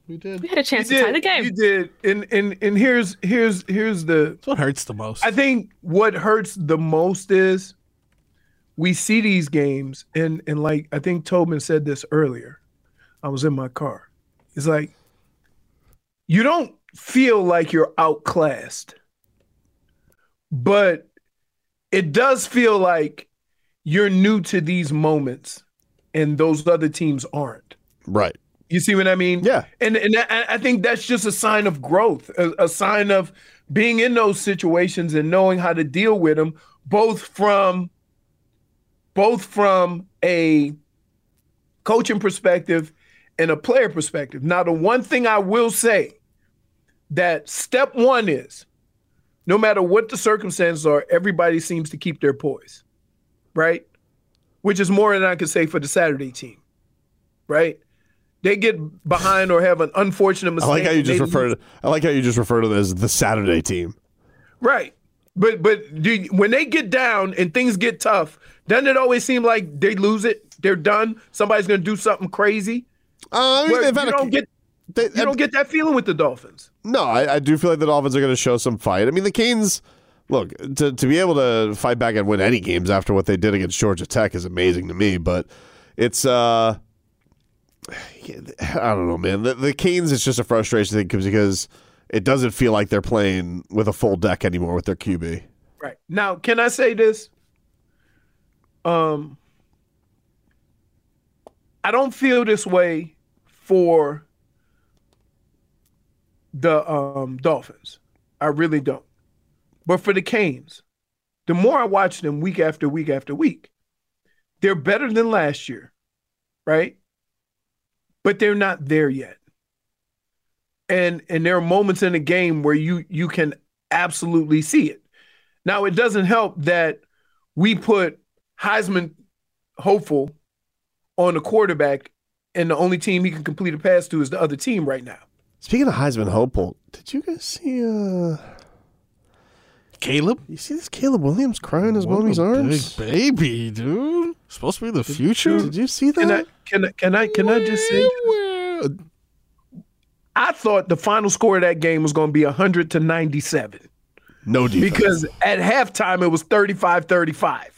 [SPEAKER 11] We did. We had a chance
[SPEAKER 2] You
[SPEAKER 11] to tie
[SPEAKER 2] did.
[SPEAKER 11] the game.
[SPEAKER 2] You did. And and and here's here's here's the
[SPEAKER 3] That's what hurts the most.
[SPEAKER 2] I think what hurts the most is we see these games and and like I think Tobin said this earlier. I was in my car. It's like you don't feel like you're outclassed. But it does feel like you're new to these moments and those other teams aren't.
[SPEAKER 1] Right.
[SPEAKER 2] You see what I mean?
[SPEAKER 1] Yeah.
[SPEAKER 2] And and I, I think that's just a sign of growth, a, a sign of being in those situations and knowing how to deal with them, both from both from a coaching perspective and a player perspective. Now, the one thing I will say that step one is no matter what the circumstances are, everybody seems to keep their poise, right? Which is more than I could say for the Saturday team, right? They get behind or have an unfortunate
[SPEAKER 1] I
[SPEAKER 2] mistake.
[SPEAKER 1] like how you
[SPEAKER 2] and
[SPEAKER 1] just
[SPEAKER 2] they
[SPEAKER 1] refer to. I like how you just refer to them as the Saturday team.
[SPEAKER 2] Right. But but do you- when they get down and things get tough, doesn't it always seem like they lose it? They're done. Somebody's going to do something crazy.
[SPEAKER 1] Uh,
[SPEAKER 2] Where you don't get you don't get that feeling with the Dolphins.
[SPEAKER 1] No, I, I do feel like the Dolphins are going to show some fight. I mean, the Canes, look, to, to be able to fight back and win any games after what they did against Georgia Tech is amazing to me, but it's, uh, [sighs] I don't know, man. The, the Canes, it's just a frustration thing 'cause- because it doesn't feel like they're playing with a full deck anymore with their QB.
[SPEAKER 2] Right. Now, can I say this? Um I don't feel this way for the um Dolphins. I really don't. But for the Canes, the more I watch them week after week after week, they're better than last year, right? But they're not there yet. And and there are moments in the game where you you can absolutely see it. Now, it doesn't help that we put Heisman hopeful on the quarterback, and the only team he can complete a pass to is the other team right now.
[SPEAKER 1] Speaking of Heisman Hopeful, did you guys see, uh,
[SPEAKER 3] Caleb?
[SPEAKER 1] You see this Caleb Williams crying his mommy's arms?
[SPEAKER 3] Big baby, dude. Supposed to be the future.
[SPEAKER 1] Did you see
[SPEAKER 2] Can I
[SPEAKER 1] that?
[SPEAKER 2] can I can I, can I just say? I thought the final score of that game was going to be 100 to 97
[SPEAKER 1] No defense.
[SPEAKER 2] because at halftime it was 35 35.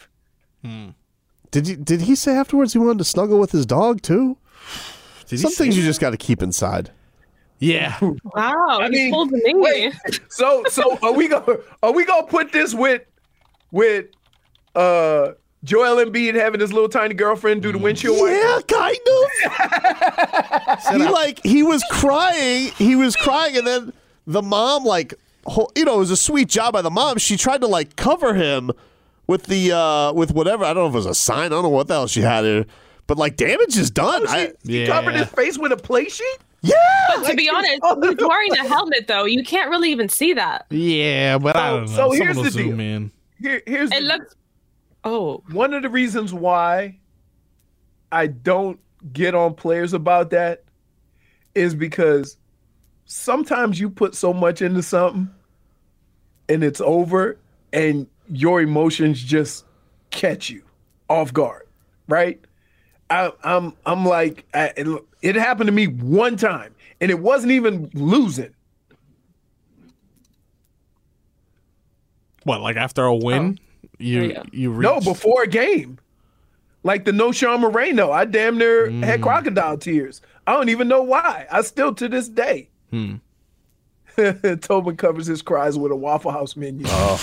[SPEAKER 1] Did you, did he say afterwards he wanted to snuggle with his dog too?
[SPEAKER 3] Did he
[SPEAKER 1] Some
[SPEAKER 3] say
[SPEAKER 1] things you
[SPEAKER 3] that?
[SPEAKER 1] just got to keep inside.
[SPEAKER 2] [laughs]
[SPEAKER 3] Yeah.
[SPEAKER 11] Wow, I mean, pulled me.
[SPEAKER 2] So so are we going to are we going to put this with with uh Joel Embiid having his little tiny girlfriend do the windshield
[SPEAKER 1] Yeah, kind of. he like he was crying. He was crying, and then the mom like, ho- you know, it was a sweet job by the mom. She tried to like cover him with the uh with whatever. I don't know if it was a sign. I don't know what the hell she had here, but like damage is done. I,
[SPEAKER 2] He covered his face with a play sheet.
[SPEAKER 1] Yeah.
[SPEAKER 11] But to be [laughs] honest, he's wearing a helmet though. You can't really even see that.
[SPEAKER 10] Yeah, but I don't know.
[SPEAKER 2] So- Oh, so
[SPEAKER 10] Someone
[SPEAKER 2] here's
[SPEAKER 10] will
[SPEAKER 2] the
[SPEAKER 10] zoom
[SPEAKER 2] deal.
[SPEAKER 10] in.
[SPEAKER 2] Here, here's it looks. Oh, one of the reasons why I don't get on players about that is because sometimes you put so much into something and it's over, and your emotions just catch you off guard, right? I, I'm I'm like I, it- it happened to me one time, and it wasn't even losing.
[SPEAKER 10] What, like after a win?
[SPEAKER 11] Oh.
[SPEAKER 10] You you, reach.
[SPEAKER 2] No, before a game. Like the no Sean Moreno. I damn near had crocodile tears. I don't even know why. I still to this day.
[SPEAKER 10] Hmm.
[SPEAKER 2] [laughs] Tobin covers his cries with a Waffle House menu. No.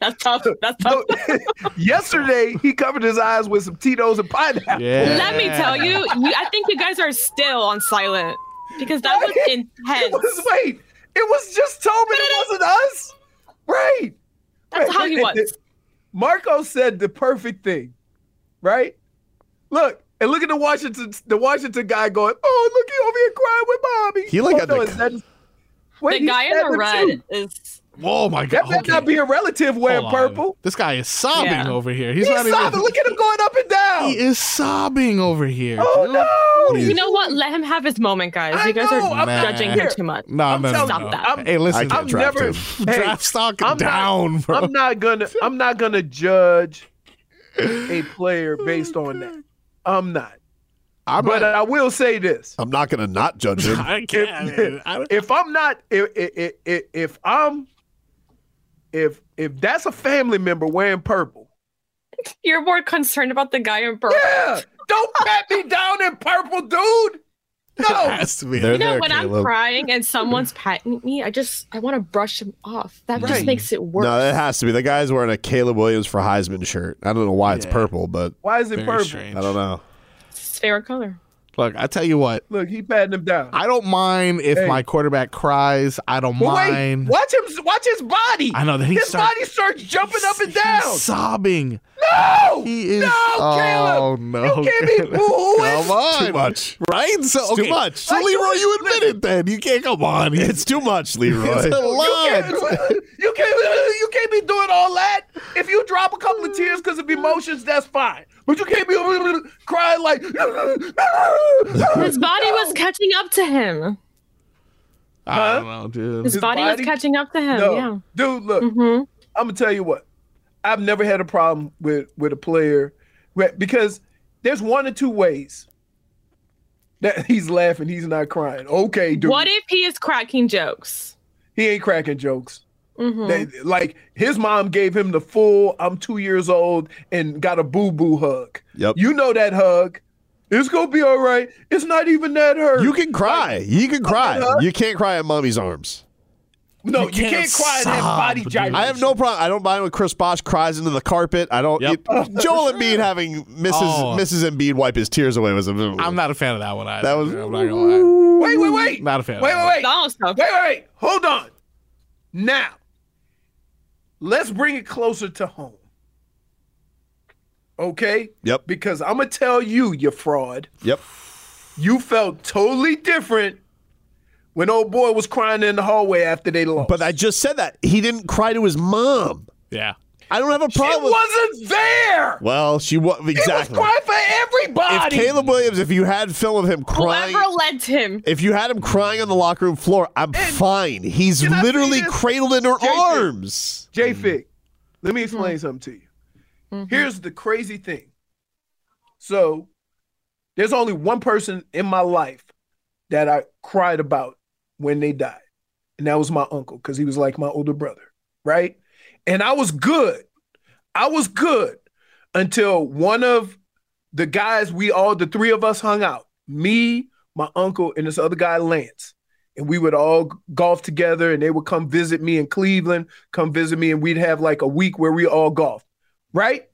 [SPEAKER 11] That's tough. That's
[SPEAKER 2] tough. [laughs] Yesterday, he covered his eyes with some Tito's and pineapple. [laughs]
[SPEAKER 11] Let me tell you, you, I think you guys are still on silent because that was intense.
[SPEAKER 2] wait, it was just Tobin. It wasn't us, right?
[SPEAKER 11] That's
[SPEAKER 2] Right,
[SPEAKER 11] how
[SPEAKER 2] [laughs]
[SPEAKER 11] he
[SPEAKER 2] and- and-
[SPEAKER 11] was.
[SPEAKER 2] Marco said the perfect thing, right? Look and look at the Washington, the Washington guy going, "Oh, look, he over here crying with mommy."
[SPEAKER 10] He like
[SPEAKER 2] oh,
[SPEAKER 10] had
[SPEAKER 2] no,
[SPEAKER 10] the-
[SPEAKER 2] is that his-
[SPEAKER 11] The
[SPEAKER 2] he's
[SPEAKER 11] guy in the
[SPEAKER 2] seven
[SPEAKER 11] red
[SPEAKER 2] too.
[SPEAKER 11] is
[SPEAKER 10] Oh my god.
[SPEAKER 2] That better not be a relative wearing
[SPEAKER 10] Hold on.
[SPEAKER 2] purple.
[SPEAKER 10] This guy is sobbing
[SPEAKER 2] Yeah.
[SPEAKER 10] over here. He's,
[SPEAKER 2] He's
[SPEAKER 10] not
[SPEAKER 2] sobbing.
[SPEAKER 10] even.
[SPEAKER 2] Look at him going up and down.
[SPEAKER 10] He is sobbing over here. dude.
[SPEAKER 2] Oh
[SPEAKER 11] You know what? Let him have his moment, guys. you guys
[SPEAKER 2] know,
[SPEAKER 11] are
[SPEAKER 10] I'm not-
[SPEAKER 11] judging him
[SPEAKER 10] Here.
[SPEAKER 11] too much.
[SPEAKER 10] No, no, no,
[SPEAKER 11] Stop
[SPEAKER 10] no.
[SPEAKER 11] that.
[SPEAKER 2] I'm-
[SPEAKER 10] hey, listen.
[SPEAKER 2] I'm never [laughs]
[SPEAKER 10] [laughs]
[SPEAKER 2] hey,
[SPEAKER 10] draft stock
[SPEAKER 2] I'm
[SPEAKER 10] down,
[SPEAKER 2] Not,
[SPEAKER 10] bro.
[SPEAKER 2] I'm not gonna. I'm not gonna judge a player based
[SPEAKER 10] [laughs]
[SPEAKER 2] on that. I'm not. but uh, I will say this:
[SPEAKER 1] I'm not gonna not judge
[SPEAKER 3] [laughs]
[SPEAKER 10] [laughs]
[SPEAKER 1] him.
[SPEAKER 10] I
[SPEAKER 2] if, [laughs] if I'm not, if, if, if, if I'm, if if that's a family member wearing purple,
[SPEAKER 11] You're more concerned about the guy in purple.
[SPEAKER 2] yeah, don't pat me down in purple, dude. [laughs] No,
[SPEAKER 11] you know, when I'm crying and
[SPEAKER 1] [laughs]
[SPEAKER 11] someone's patting me, I just I want to brush him off. That just makes it worse.
[SPEAKER 1] No, that has to be. The guy's wearing a Caleb Williams for Heisman shirt. I don't know why it's purple, but
[SPEAKER 2] Why is it
[SPEAKER 10] Very
[SPEAKER 2] purple?
[SPEAKER 10] strange.
[SPEAKER 1] I don't know.
[SPEAKER 11] It's favorite color.
[SPEAKER 10] Look, I tell you what.
[SPEAKER 2] Look, he patting him down.
[SPEAKER 10] I don't mind if
[SPEAKER 2] Hey.
[SPEAKER 10] my quarterback cries. I don't
[SPEAKER 2] But wait,
[SPEAKER 10] mind.
[SPEAKER 2] watch him. Watch his body.
[SPEAKER 10] I know, then he
[SPEAKER 2] his
[SPEAKER 10] start-
[SPEAKER 2] body starts jumping up
[SPEAKER 10] [laughs]
[SPEAKER 2] and down.
[SPEAKER 10] sobbing.
[SPEAKER 2] No,
[SPEAKER 10] He is.
[SPEAKER 2] no, Caleb.
[SPEAKER 10] oh no!
[SPEAKER 2] You can't be
[SPEAKER 10] Caleb.
[SPEAKER 2] booing.
[SPEAKER 10] Come on.
[SPEAKER 1] Too much.
[SPEAKER 10] Right? So
[SPEAKER 1] It's too
[SPEAKER 10] okay.
[SPEAKER 1] much.
[SPEAKER 10] So
[SPEAKER 1] Like,
[SPEAKER 10] Leroy, you admit it then. You can't come on.
[SPEAKER 1] It's too much, Leroy.
[SPEAKER 10] [laughs] It's a
[SPEAKER 2] You
[SPEAKER 10] lot.
[SPEAKER 2] can't, you can't you can't be doing all that. If you drop a couple of tears because of emotions, that's fine. But you can't be crying like [laughs]
[SPEAKER 11] His body was catching up to him.
[SPEAKER 10] I don't know, dude.
[SPEAKER 11] His,
[SPEAKER 2] His
[SPEAKER 11] body,
[SPEAKER 2] body-
[SPEAKER 11] was catching up to him.
[SPEAKER 2] No.
[SPEAKER 11] Yeah.
[SPEAKER 2] Dude, look, I'm gonna tell you what. I've never had a problem with with a player where- because there's one or two ways that [laughs] he's laughing, he's not crying. Okay, dude,
[SPEAKER 11] What if he is cracking jokes?
[SPEAKER 2] he ain't cracking jokes.
[SPEAKER 11] Mhm.
[SPEAKER 2] They, like his mom gave him the full "I'm two years old" and got a boo boo hug.
[SPEAKER 1] Yep.
[SPEAKER 2] You know that hug. It's gonna be all right. It's not even that hurt.
[SPEAKER 1] You can cry. You can cry.
[SPEAKER 2] huh?
[SPEAKER 1] You can't cry in mommy's arms.
[SPEAKER 2] no, you
[SPEAKER 10] you
[SPEAKER 2] can't,
[SPEAKER 10] can't
[SPEAKER 2] cry in that
[SPEAKER 10] sob,
[SPEAKER 2] body
[SPEAKER 10] dude.
[SPEAKER 2] giant.
[SPEAKER 1] I have no problem. I don't mind when Chris Bosch cries into the carpet. I don't.
[SPEAKER 10] Yep.
[SPEAKER 1] you- Joel Embiid having Mrs.
[SPEAKER 10] Oh.
[SPEAKER 1] Mrs. Embiid wipe his tears away was a.
[SPEAKER 10] I'm not a fan of that one either.
[SPEAKER 1] That was-
[SPEAKER 10] I'm not gonna lie.
[SPEAKER 2] Wait, wait, wait.
[SPEAKER 10] Not a fan. of
[SPEAKER 2] Wait,
[SPEAKER 10] that
[SPEAKER 2] wait, wait.
[SPEAKER 11] No,
[SPEAKER 2] Wait, wait, wait. Hold on. Now, let's bring it closer to home. Okay?
[SPEAKER 1] Yep.
[SPEAKER 2] Because I'm going to tell you, you fraud,
[SPEAKER 1] Yep.
[SPEAKER 2] you felt totally different when old boy was crying in the hallway after they lost.
[SPEAKER 1] But I just said that he didn't cry to his mom.
[SPEAKER 10] Yeah.
[SPEAKER 1] I don't have a
[SPEAKER 2] it
[SPEAKER 1] problem. with-
[SPEAKER 2] wasn't there.
[SPEAKER 1] well, she was
[SPEAKER 2] It was
[SPEAKER 1] exactly.
[SPEAKER 2] crying for
[SPEAKER 1] If
[SPEAKER 2] everybody.
[SPEAKER 1] Caleb Williams, if you had film of him crying,
[SPEAKER 11] Whoever led him.
[SPEAKER 1] if you had him crying on the locker room floor, I'm fine. He's
[SPEAKER 2] can I say
[SPEAKER 1] literally
[SPEAKER 2] this?
[SPEAKER 1] cradled in her
[SPEAKER 2] Jason.
[SPEAKER 1] arms.
[SPEAKER 2] J Fig, let me explain something to you. Here's the crazy thing. So, there's only one person in my life that I cried about when they died, and that was my uncle because he was like my older brother, right? And I was good. I was good until one of the guys we all, the three of us, hung out me, my uncle, and this other guy, Lance and we would all golf together and they would come visit me in Cleveland, come visit me and we'd have like a week where we all golf. right?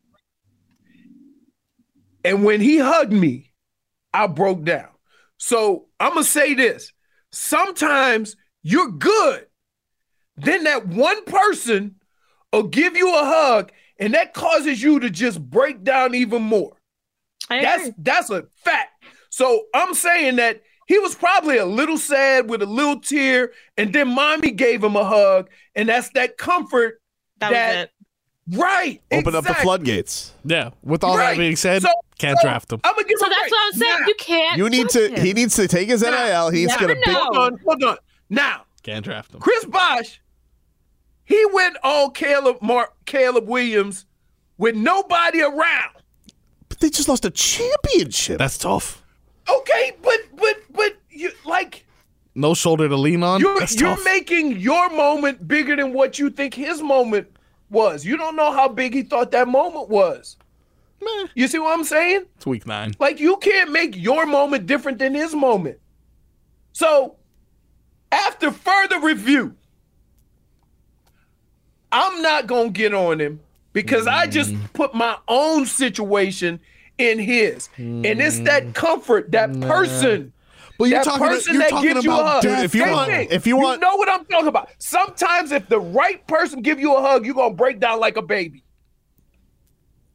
[SPEAKER 2] And when he hugged me, I broke down. So I'm going to say this sometimes you're good. Then that one person will give you a hug, and that causes you to just break down even more. that's that's a fact. So I'm saying that he was probably a little sad with a little tear, and then mommy gave him a hug, and that's that comfort.
[SPEAKER 11] That,
[SPEAKER 2] was it. Right.
[SPEAKER 1] Open up the floodgates.
[SPEAKER 3] Yeah. With all that being said, can't draft him.
[SPEAKER 2] I'm gonna give
[SPEAKER 11] So
[SPEAKER 2] him
[SPEAKER 11] that's
[SPEAKER 2] right
[SPEAKER 11] what I'm saying.
[SPEAKER 2] now.
[SPEAKER 11] You can't.
[SPEAKER 1] You need to. He needs to take his nil. He's
[SPEAKER 2] Now-
[SPEAKER 1] gonna. Big,
[SPEAKER 2] Hold on, hold on. Now,
[SPEAKER 3] Can't draft him.
[SPEAKER 2] Chris Bosch, he went on Caleb Mark Caleb Williams with nobody around.
[SPEAKER 1] but they just lost a
[SPEAKER 3] [laughs]
[SPEAKER 1] championship.
[SPEAKER 3] That's tough.
[SPEAKER 2] Okay, but but but you like
[SPEAKER 3] No shoulder to lean on.
[SPEAKER 2] you're
[SPEAKER 3] That's
[SPEAKER 2] you're
[SPEAKER 3] tough.
[SPEAKER 2] making your moment bigger than what you think his moment was. You don't know how big he thought that moment was. You see what I'm saying?
[SPEAKER 3] it's week nine.
[SPEAKER 2] Like you can't make your moment different than his moment. So, after further review, I'm not gonna get on him because I just put my own situation in his, and it's that comfort, that person.
[SPEAKER 12] But you're
[SPEAKER 2] that
[SPEAKER 12] talking-
[SPEAKER 2] person
[SPEAKER 12] you're
[SPEAKER 2] that
[SPEAKER 12] talking
[SPEAKER 2] gives you
[SPEAKER 12] about
[SPEAKER 2] a hug.
[SPEAKER 12] dude, if you
[SPEAKER 2] Same
[SPEAKER 12] want-
[SPEAKER 2] thing.
[SPEAKER 12] if you want-
[SPEAKER 2] know what I'm talking about. Sometimes if the right person give you a hug, you're gonna break down like a baby.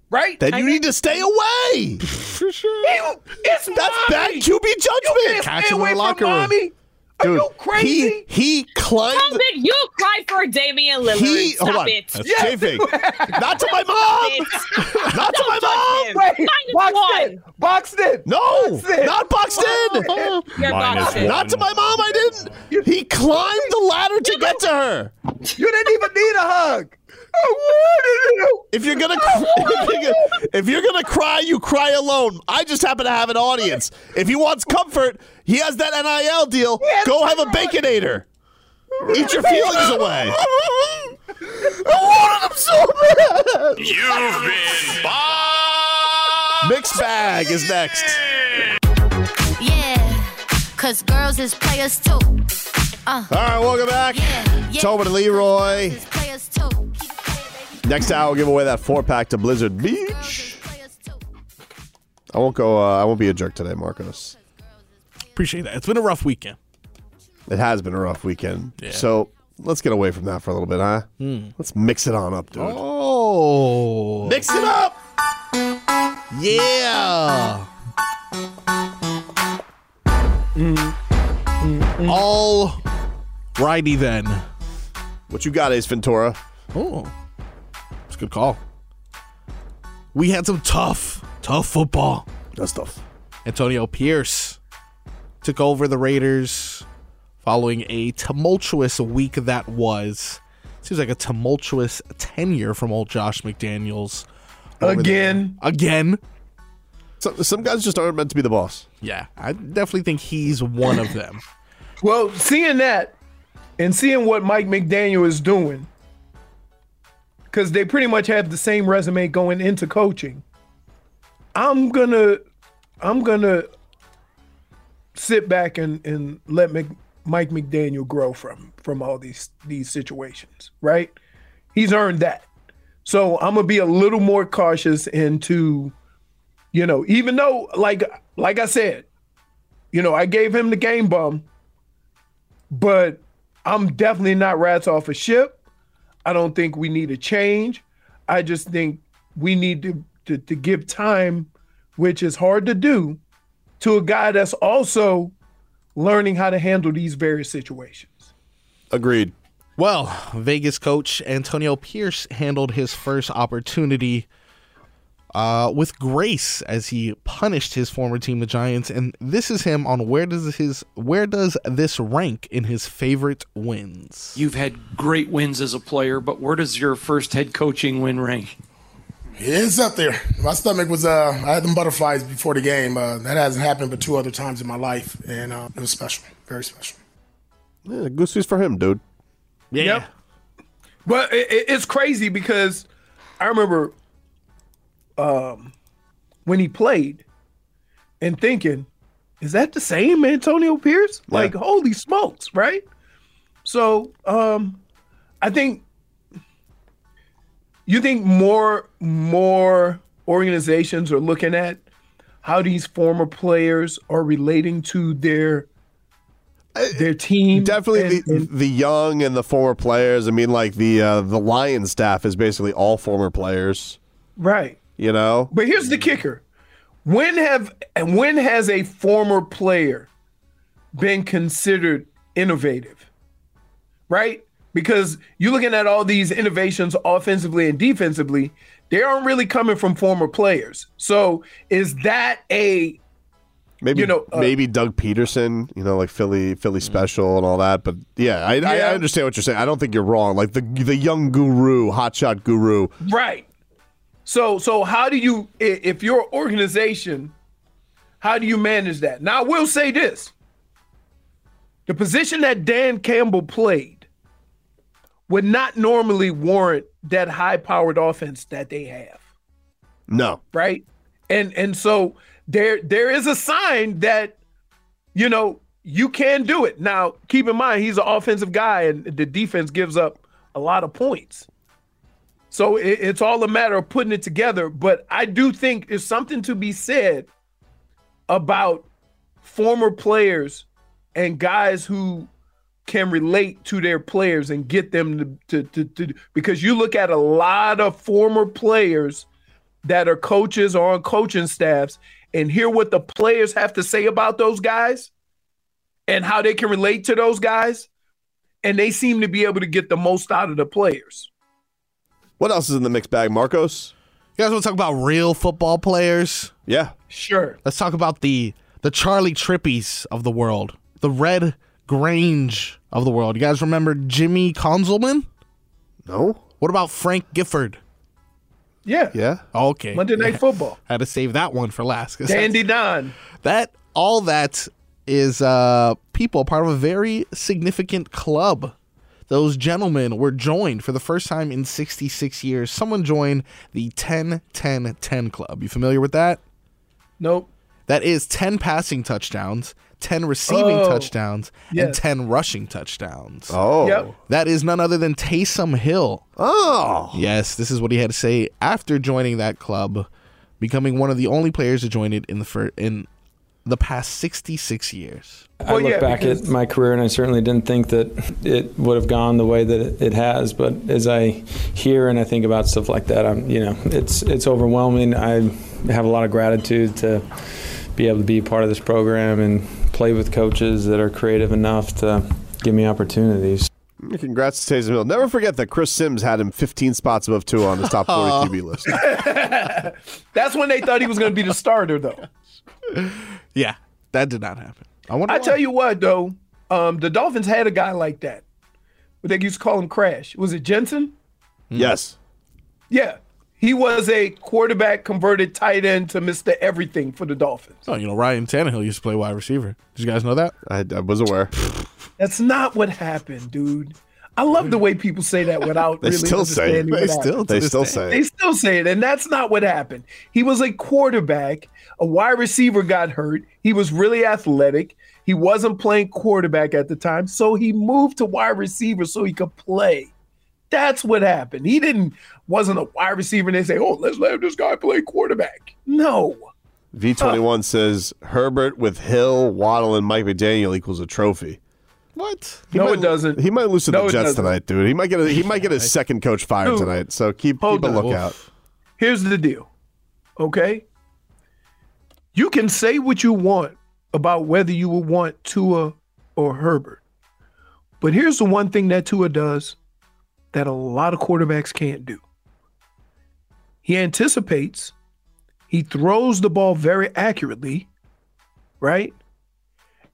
[SPEAKER 2] Right?
[SPEAKER 1] then you need to stay away.
[SPEAKER 3] For sure.
[SPEAKER 2] Ew, it's
[SPEAKER 1] That's
[SPEAKER 2] mommy.
[SPEAKER 1] bad QB
[SPEAKER 2] You can't
[SPEAKER 1] judgment.
[SPEAKER 2] stay away from mommy. Are
[SPEAKER 1] Dude,
[SPEAKER 2] you crazy?
[SPEAKER 1] He, he
[SPEAKER 11] How
[SPEAKER 1] climbed.
[SPEAKER 11] did Oh, you cry for Damian Lillard?
[SPEAKER 1] He
[SPEAKER 11] Stop
[SPEAKER 1] hold on.
[SPEAKER 11] it.
[SPEAKER 2] Yes. [laughs]
[SPEAKER 1] J-Fig. Not to my mom. Not to my mom.
[SPEAKER 2] Wait, boxed in, boxed in.
[SPEAKER 1] No,
[SPEAKER 2] Boxed in.
[SPEAKER 1] not boxed in.
[SPEAKER 11] You're
[SPEAKER 13] Minus
[SPEAKER 11] boxing.
[SPEAKER 1] Not to my mom. I didn't. He climbed the ladder to get to her.
[SPEAKER 2] You didn't even need a hug. I wanted you.
[SPEAKER 1] If you're gonna, cr- [laughs] if you're gonna, if you're gonna cry, you cry alone. I just happen to have an audience. If he wants comfort, he has that nil deal.
[SPEAKER 2] Yes,
[SPEAKER 1] Go have a
[SPEAKER 2] right.
[SPEAKER 1] baconator. Eat
[SPEAKER 2] [laughs]
[SPEAKER 1] your feelings away.
[SPEAKER 2] I wanted him so bad.
[SPEAKER 5] You've been
[SPEAKER 1] Mixed bag is next.
[SPEAKER 14] Yeah, cause girls is players too. Uh,
[SPEAKER 1] All right, welcome back. Tobin and Leroy.
[SPEAKER 14] players too.
[SPEAKER 1] Next hour, we'll give away that four pack to Blizzard Beach. I won't go. Uh, I won't be a jerk today, Marcos.
[SPEAKER 3] Appreciate that. It's been a rough weekend.
[SPEAKER 1] It has been a rough weekend.
[SPEAKER 3] Yeah.
[SPEAKER 1] So let's get away from that for a little bit, huh?
[SPEAKER 3] Hmm.
[SPEAKER 1] Let's mix it on up, dude.
[SPEAKER 3] Oh.
[SPEAKER 1] Mix it up. Yeah.
[SPEAKER 3] All righty then.
[SPEAKER 1] What you got, Ace Ventura?
[SPEAKER 3] Oh, it's a good call. We had some tough, tough football.
[SPEAKER 1] That's tough.
[SPEAKER 3] Antonio Pierce took over the Raiders following a tumultuous week that was. Seems like a tumultuous tenure from old Josh McDaniels. over
[SPEAKER 2] Again.
[SPEAKER 3] there. Again.
[SPEAKER 1] Some, some guys just aren't meant to be the boss.
[SPEAKER 3] Yeah, I definitely think he's one of them.
[SPEAKER 2] Well, seeing that and seeing what Mike McDaniel is doing, because they pretty much have the same resume going into coaching. I'm gonna, I'm gonna sit back and and let Mc, Mike McDaniel grow from from all these these situations. Right? He's earned that. So I'm gonna be a little more cautious into, you know, even though like like I said, you know, I gave him the game bum but I'm definitely not rats off a ship. I don't think we need a change. I just think we need to, to, to give time, which is hard to do, to a guy that's also learning how to handle these various situations.
[SPEAKER 1] Agreed.
[SPEAKER 3] Well, Vegas coach Antonio Pierce handled his first opportunity uh, with grace as he punished his former team, the Giants. And this is him on where does his where does this rank in his favorite wins?
[SPEAKER 15] You've had great wins as a player, but where does your first head coaching win rank?
[SPEAKER 16] It's up there. My stomach was, uh, I had them butterflies before the game. Uh, that hasn't happened but two other times in my life, and uh, it was special, very special.
[SPEAKER 1] Yeah, goosey's for him, dude.
[SPEAKER 3] Yeah.
[SPEAKER 2] But it, it- it's crazy because I remember um, when he played and thinking, is that the same Antonio Pierce? Like, holy smokes, right? So um, I think You think more more organizations are looking at how these former players are relating to their their team?
[SPEAKER 1] Definitely
[SPEAKER 2] and-
[SPEAKER 1] the, the young and the former players. I mean, like the uh, the Lions staff is basically all former players.
[SPEAKER 2] right.
[SPEAKER 1] You know,
[SPEAKER 2] But here's the kicker: when have and when has a former player been considered innovative? Right? Because you're looking at all these innovations offensively and defensively, they aren't really coming from former players. So is that a
[SPEAKER 1] maybe
[SPEAKER 2] You know, uh,
[SPEAKER 1] maybe Doug Peterson. You know, like Philly
[SPEAKER 3] Hmm.
[SPEAKER 1] Philly special and all that. But yeah, I, I
[SPEAKER 2] Yeah.
[SPEAKER 1] I understand what you're saying. I don't think you're wrong. Like the the young guru, hotshot guru.
[SPEAKER 2] Right. So so how do you i- if you're an organization, how do you manage that? Now I will say this. The position that Dan Campbell played would not normally warrant that high-powered offense that they have,
[SPEAKER 1] No,
[SPEAKER 2] right? And and so there there is a sign that you know you can do it. Now, keep in mind he's an offensive guy and the defense gives up a lot of points. So it, it's all a matter of putting it together. But I do think there's something to be said about former players and guys who can relate to their players and get them to, to, to, to because you look at a lot of former players that are coaches or on coaching staffs and hear what the players have to say about those guys and how they can relate to those guys and they seem to be able to get the most out of the players
[SPEAKER 1] What else is in the mixed bag, Marcos?
[SPEAKER 3] You guys want to talk about real football players?
[SPEAKER 1] Yeah.
[SPEAKER 2] Sure.
[SPEAKER 3] Let's talk about the the Charlie Trippies of the world, the Red Grange of the world. You guys remember Jimmy Conzelman?
[SPEAKER 1] No.
[SPEAKER 3] What about Frank Gifford?
[SPEAKER 2] Yeah.
[SPEAKER 1] Yeah.
[SPEAKER 3] Okay.
[SPEAKER 2] Monday Night
[SPEAKER 3] Yeah.
[SPEAKER 2] Football.
[SPEAKER 3] Had to save that one for last. 'cause
[SPEAKER 2] Dandy Don.
[SPEAKER 3] That all that is uh people part of a very significant club. Those gentlemen were joined for the first time in 66 years. Someone joined the 10 10 10 club. You familiar with that?
[SPEAKER 2] Nope.
[SPEAKER 3] That is 10 passing touchdowns, 10 receiving
[SPEAKER 10] Oh,
[SPEAKER 3] touchdowns, and
[SPEAKER 10] yes.
[SPEAKER 3] 10 rushing touchdowns.
[SPEAKER 1] Oh. Yep.
[SPEAKER 3] That is none other than Taysom Hill.
[SPEAKER 1] Oh.
[SPEAKER 3] Yes, this is what he had to say after joining that club, becoming one of the only players to join it in the fir- in the past 66 years.
[SPEAKER 4] I look back at my career and I certainly didn't think that it would have gone the way that it- it has. But as I hear and I think about stuff like that, I'm you know it's it's overwhelming. I have a lot of gratitude to be able to be a part of this program and play with coaches that are creative enough to give me opportunities.
[SPEAKER 1] Congrats to Taysom Hill. Never forget that Chris Sims had him 15 spots above two on his top [laughs] 40 QB list.
[SPEAKER 2] That's when they thought he was going to be the starter, though. [laughs]
[SPEAKER 3] Yeah, that did not happen. I wonder.
[SPEAKER 2] I tell you what, though, um, the Dolphins had a guy like that. They used to call him Crash. Was it Jensen?
[SPEAKER 1] Yes.
[SPEAKER 2] Yeah. He was a quarterback converted tight end to Mr. Everything for the Dolphins.
[SPEAKER 3] Oh, you know Ryan Tannehill used to play wide receiver. Did you guys know that?
[SPEAKER 1] I, I was aware.
[SPEAKER 2] That's not what happened, dude. I love the way people say that without
[SPEAKER 1] They
[SPEAKER 2] really
[SPEAKER 1] still say it.
[SPEAKER 2] understanding what
[SPEAKER 1] They still,
[SPEAKER 2] happened.
[SPEAKER 1] they still say
[SPEAKER 2] They
[SPEAKER 1] it.
[SPEAKER 2] still say it, and that's not what happened. He was a quarterback. A wide receiver got hurt. He was really athletic. He wasn't playing quarterback at the time, so he moved to wide receiver so he could play. That's what happened. He didn't wasn't a wide receiver, and they say, "Oh, let's let this guy play quarterback." No,
[SPEAKER 1] [laughs] V21 says Herbert with Hill, Waddle, and Mike McDaniel equals a trophy.
[SPEAKER 3] What?
[SPEAKER 1] He
[SPEAKER 2] no,
[SPEAKER 1] might-
[SPEAKER 2] it doesn't.
[SPEAKER 1] He might lose to
[SPEAKER 2] No,
[SPEAKER 1] the
[SPEAKER 2] it
[SPEAKER 1] Jets
[SPEAKER 2] doesn't.
[SPEAKER 1] tonight, dude. He might get a, he might get his second coach fired
[SPEAKER 2] Dude.
[SPEAKER 1] tonight. So keep,
[SPEAKER 2] Hold
[SPEAKER 1] keep a
[SPEAKER 2] on.
[SPEAKER 1] lookout.
[SPEAKER 2] here's the deal okay you can say what you want about whether you would want Tua or Herbert but here's the one thing that Tua does that a lot of quarterbacks can't do he anticipates he throws the ball very accurately right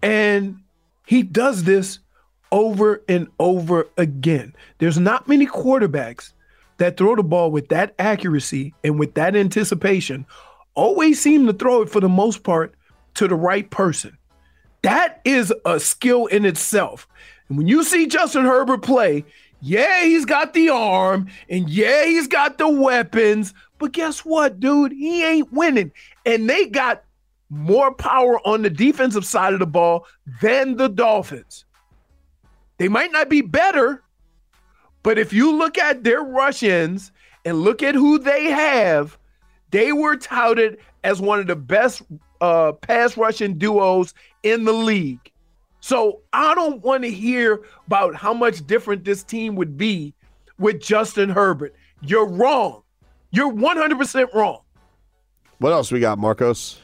[SPEAKER 2] and he does this over and over again there's not many quarterbacks that throw the ball with that accuracy and with that anticipation always seem to throw it for the most part to the right person. That is a skill in itself. And when you see Justin Herbert play, yeah, he's got the arm and yeah, he's got the weapons, but guess what, dude? He ain't winning. And they got more power on the defensive side of the ball than the Dolphins. They might not be better, but if you look at their rush ins and look at who they have, they were touted as one of the best uh, pass rushing duos in the league. So I don't want to hear about how much different this team would be with Justin Herbert. You're wrong. You're 100% wrong.
[SPEAKER 1] What else we got, Marcos?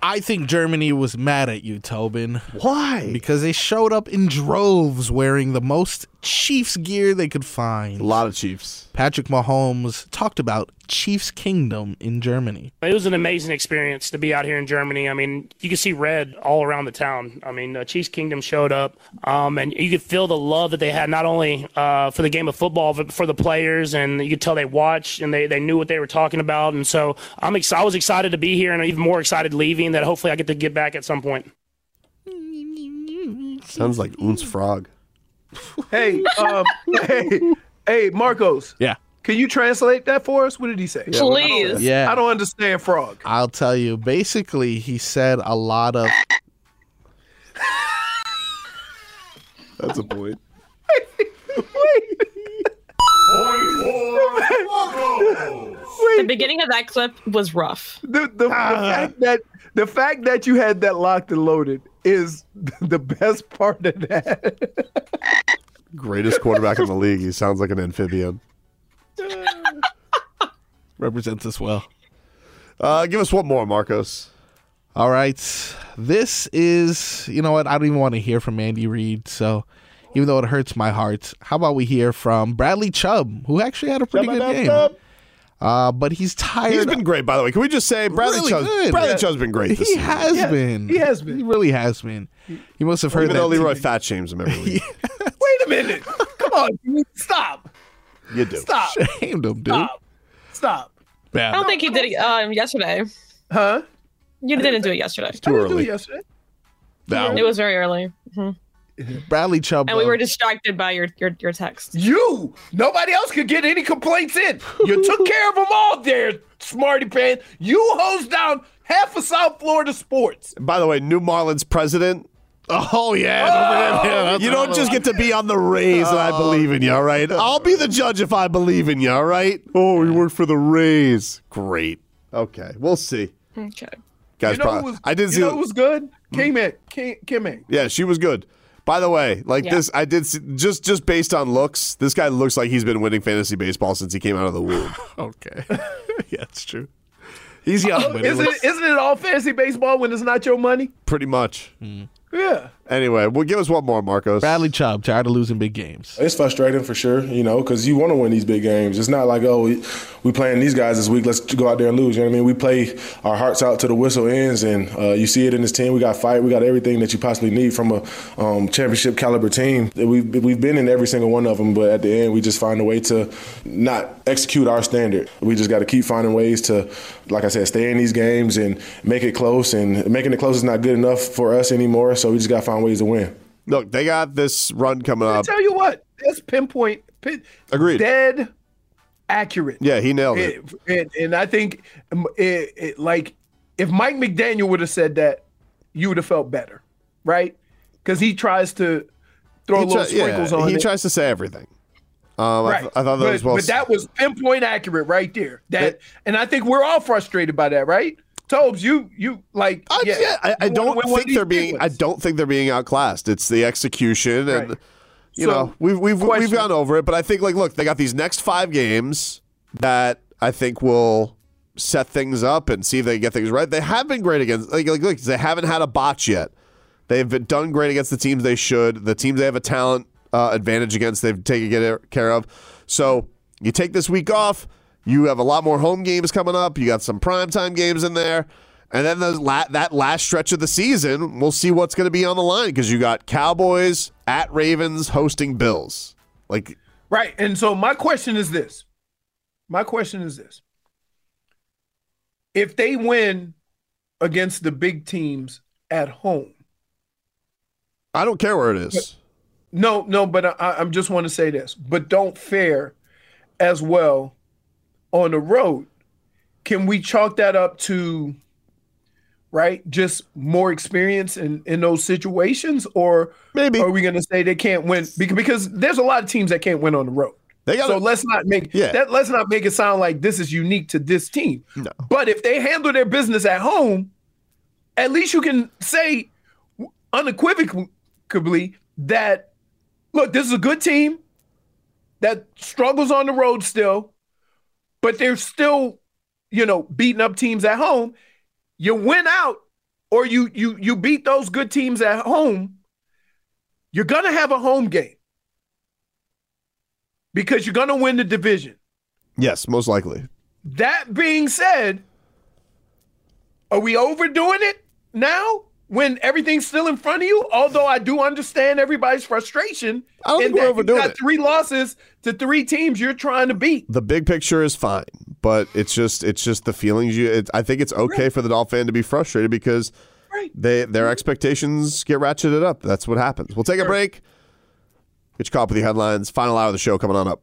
[SPEAKER 3] I think Germany was mad at you, Tobin.
[SPEAKER 1] Why?
[SPEAKER 3] Because they showed up in droves wearing the most Chiefs gear they could find.
[SPEAKER 1] A lot of Chiefs.
[SPEAKER 3] Patrick Mahomes talked about Chiefs Kingdom in Germany.
[SPEAKER 17] It was an amazing experience to be out here in Germany. I mean, you could see red all around the town. I mean, uh, Chiefs Kingdom showed up, um, and you could feel the love that they had not only uh, for the game of football, but for the players, and you could tell they watched and they, they knew what they were talking about. And so I'm ex- I was excited to be here, and I'm even more excited leaving that hopefully I get to get back at some point.
[SPEAKER 1] Sounds like Oon's Frog.
[SPEAKER 2] Hey, um, hey, hey, Marcos.
[SPEAKER 3] Yeah.
[SPEAKER 2] Can you translate that for us? What did he say?
[SPEAKER 11] Yeah, Please.
[SPEAKER 2] I don't,
[SPEAKER 3] yeah.
[SPEAKER 2] I don't understand frog.
[SPEAKER 3] I'll tell you. Basically, he said a lot of.
[SPEAKER 1] That's a point.
[SPEAKER 2] Wait.
[SPEAKER 11] The beginning of that clip was rough.
[SPEAKER 2] The, the, the fact that the fact that you had that locked and loaded is [laughs] the best part of that.
[SPEAKER 1] Greatest quarterback in the league. He sounds like an amphibian.
[SPEAKER 3] Represents us well.
[SPEAKER 1] Uh, give us one more, Marcos.
[SPEAKER 3] All right. This is, you know what? I don't even want to hear from Andy Reid. So, even though it hurts my heart, how about we hear from Bradley Chubb, who actually had a pretty
[SPEAKER 1] Chubb,
[SPEAKER 3] good
[SPEAKER 1] Chubb,
[SPEAKER 3] game.
[SPEAKER 1] Chubb.
[SPEAKER 3] Uh, but he's tired.
[SPEAKER 1] He's been great, by the way. Can we just say Bradley
[SPEAKER 3] Really
[SPEAKER 1] Chubb's
[SPEAKER 3] good.
[SPEAKER 1] Bradley
[SPEAKER 3] Yeah.
[SPEAKER 1] Chubb's been great. This
[SPEAKER 3] He
[SPEAKER 1] season.
[SPEAKER 3] has been.
[SPEAKER 2] He has been.
[SPEAKER 3] He really has been. You must have heard
[SPEAKER 1] Even
[SPEAKER 3] that.
[SPEAKER 1] though
[SPEAKER 3] [laughs]
[SPEAKER 1] Leroy fat shames him every [laughs] week,
[SPEAKER 2] Wait a minute. Come on. dude. Stop.
[SPEAKER 1] you do.
[SPEAKER 2] Stop.
[SPEAKER 3] Shamed him, dude.
[SPEAKER 2] Stop. Stop.
[SPEAKER 11] I don't think he did it um, yesterday.
[SPEAKER 2] Huh?
[SPEAKER 11] You didn't do it yesterday.
[SPEAKER 1] Too
[SPEAKER 2] What did you do
[SPEAKER 1] early.
[SPEAKER 2] yesterday?
[SPEAKER 11] It was very early,
[SPEAKER 3] Bradley Chubb. uh,
[SPEAKER 11] and we
[SPEAKER 3] though,
[SPEAKER 11] were distracted by your your, your text.
[SPEAKER 2] You. Nobody else could get any complaints in. [laughs] You took care of them all there, smarty pants. You hosed down half of South Florida sports.
[SPEAKER 1] By the way, New Marlins president.
[SPEAKER 3] Oh yeah.
[SPEAKER 1] Yeah, that's Oh, you don't just get to be on the Rays and I believe in you, all right? I'll be the judge if I believe in you, all right? Oh, you work for the Rays. Great. Okay, we'll see.
[SPEAKER 11] Okay.
[SPEAKER 1] Guys,
[SPEAKER 2] you know
[SPEAKER 1] prob-
[SPEAKER 2] who was,
[SPEAKER 1] I did
[SPEAKER 2] you
[SPEAKER 1] see. Hmm?
[SPEAKER 2] know who was good? Came in. Came, came in.
[SPEAKER 1] yeah, she was good. By the way, like
[SPEAKER 11] Yeah.
[SPEAKER 1] this, I did see, just just based on looks. This guy looks like he's been winning fantasy baseball since he came out of
[SPEAKER 2] [laughs]
[SPEAKER 1] the womb. [laughs]
[SPEAKER 3] okay. yeah, it's true.
[SPEAKER 1] He's young, but he
[SPEAKER 2] Isn't
[SPEAKER 1] looks-
[SPEAKER 2] Oh, it, isn't it all fantasy baseball when it's not your money?
[SPEAKER 1] pretty much.
[SPEAKER 2] Yeah.
[SPEAKER 1] Anyway, well, give us one more, Marcos.
[SPEAKER 3] Bradley Chubb tired of losing big games.
[SPEAKER 16] It's frustrating for sure, you know, because you want to win these big games. It's not like, oh, we, we playing these guys this week. Let's go out there and lose. You know what I mean? We play our hearts out to the whistle ends, and uh, you see it in this team. We got fight. We got everything that you possibly need from a um, championship caliber team. We've we've been in every single one of them, but at the end, we just find a way to not execute our standard. We just got to keep finding ways to, like I said, stay in these games and make it close. And making it close is not good enough for us anymore. So we just got to find ways to win.
[SPEAKER 1] Look, they got this run coming
[SPEAKER 2] I
[SPEAKER 1] up.
[SPEAKER 2] tell you what, that's pinpoint. Pin,
[SPEAKER 1] Agreed.
[SPEAKER 2] Dead accurate.
[SPEAKER 1] Yeah, he nailed it.
[SPEAKER 2] And, and, and I think, um, it, it, like, if Mike McDaniel would have said that, you would have felt better, right? Because he tries to throw
[SPEAKER 1] He,
[SPEAKER 2] little
[SPEAKER 1] tri- yeah,
[SPEAKER 2] sprinkles on
[SPEAKER 1] he
[SPEAKER 2] it.
[SPEAKER 1] tries to say everything. Um, I,
[SPEAKER 2] right.
[SPEAKER 1] th- I thought that
[SPEAKER 2] but,
[SPEAKER 1] was well.
[SPEAKER 2] but that was pinpoint accurate right there. That, and I think we're all frustrated by that, right? Tobes, you you like
[SPEAKER 1] I,
[SPEAKER 2] yeah,
[SPEAKER 1] yeah, I, I
[SPEAKER 2] you wanna
[SPEAKER 1] don't
[SPEAKER 2] win one of
[SPEAKER 1] think
[SPEAKER 2] these
[SPEAKER 1] they're
[SPEAKER 2] big
[SPEAKER 1] being. I
[SPEAKER 2] ones.
[SPEAKER 1] don't think they're being outclassed. It's the execution, and
[SPEAKER 2] Right.
[SPEAKER 1] you
[SPEAKER 2] So,
[SPEAKER 1] know we've we've we've
[SPEAKER 2] question.
[SPEAKER 1] gone over it. But I think like look, they got these next five games that I think will set things up and see if they can get things right. They have been great against like like look, they haven't had a botch yet. They've been done great against the teams they should. The teams they have a talent uh, advantage against, they've taken get- care of. So you take this week off. You have a lot more home games coming up. You got some primetime games in there. And then those la- that last stretch of the season, we'll see what's going to be on the line because you got Cowboys at Ravens hosting Bills. Like,
[SPEAKER 2] Right. And so my question is this. My question is this. If they win against the big teams at home,
[SPEAKER 1] I don't care where it is.
[SPEAKER 2] no, no, but I, I'm just want to say this, but don't fare as well on the road. Can we chalk that up to, right, just more experience in, in those situations? Or
[SPEAKER 1] Maybe.
[SPEAKER 2] are we going to say they can't win? Bec- Because there's a lot of teams that can't win on the road. They got so let's not make yeah. that let's not make it sound like this is unique to this team. No. But if they handle their business at home, at least you can say unequivocally that look, this is a good team that struggles on the road still, but they're still, you know, beating up teams at home. You win out or you you you beat those good teams at home, you're going to have a home game because you're going to win the division.
[SPEAKER 1] Yes, most likely.
[SPEAKER 2] That being said, are we overdoing it now when everything's still in front of you? Although I do understand everybody's frustration.
[SPEAKER 1] I don't think we're overdoing
[SPEAKER 2] got
[SPEAKER 1] it.
[SPEAKER 2] Three losses to three teams you're trying to beat.
[SPEAKER 1] The big picture is fine, but it's just it's just the feelings you. It, I think it's okay right. for the Dolphin to be frustrated because right. they their expectations get ratcheted up. That's what happens. We'll take a break. Get your copy of the headlines. Final hour of the show coming on up.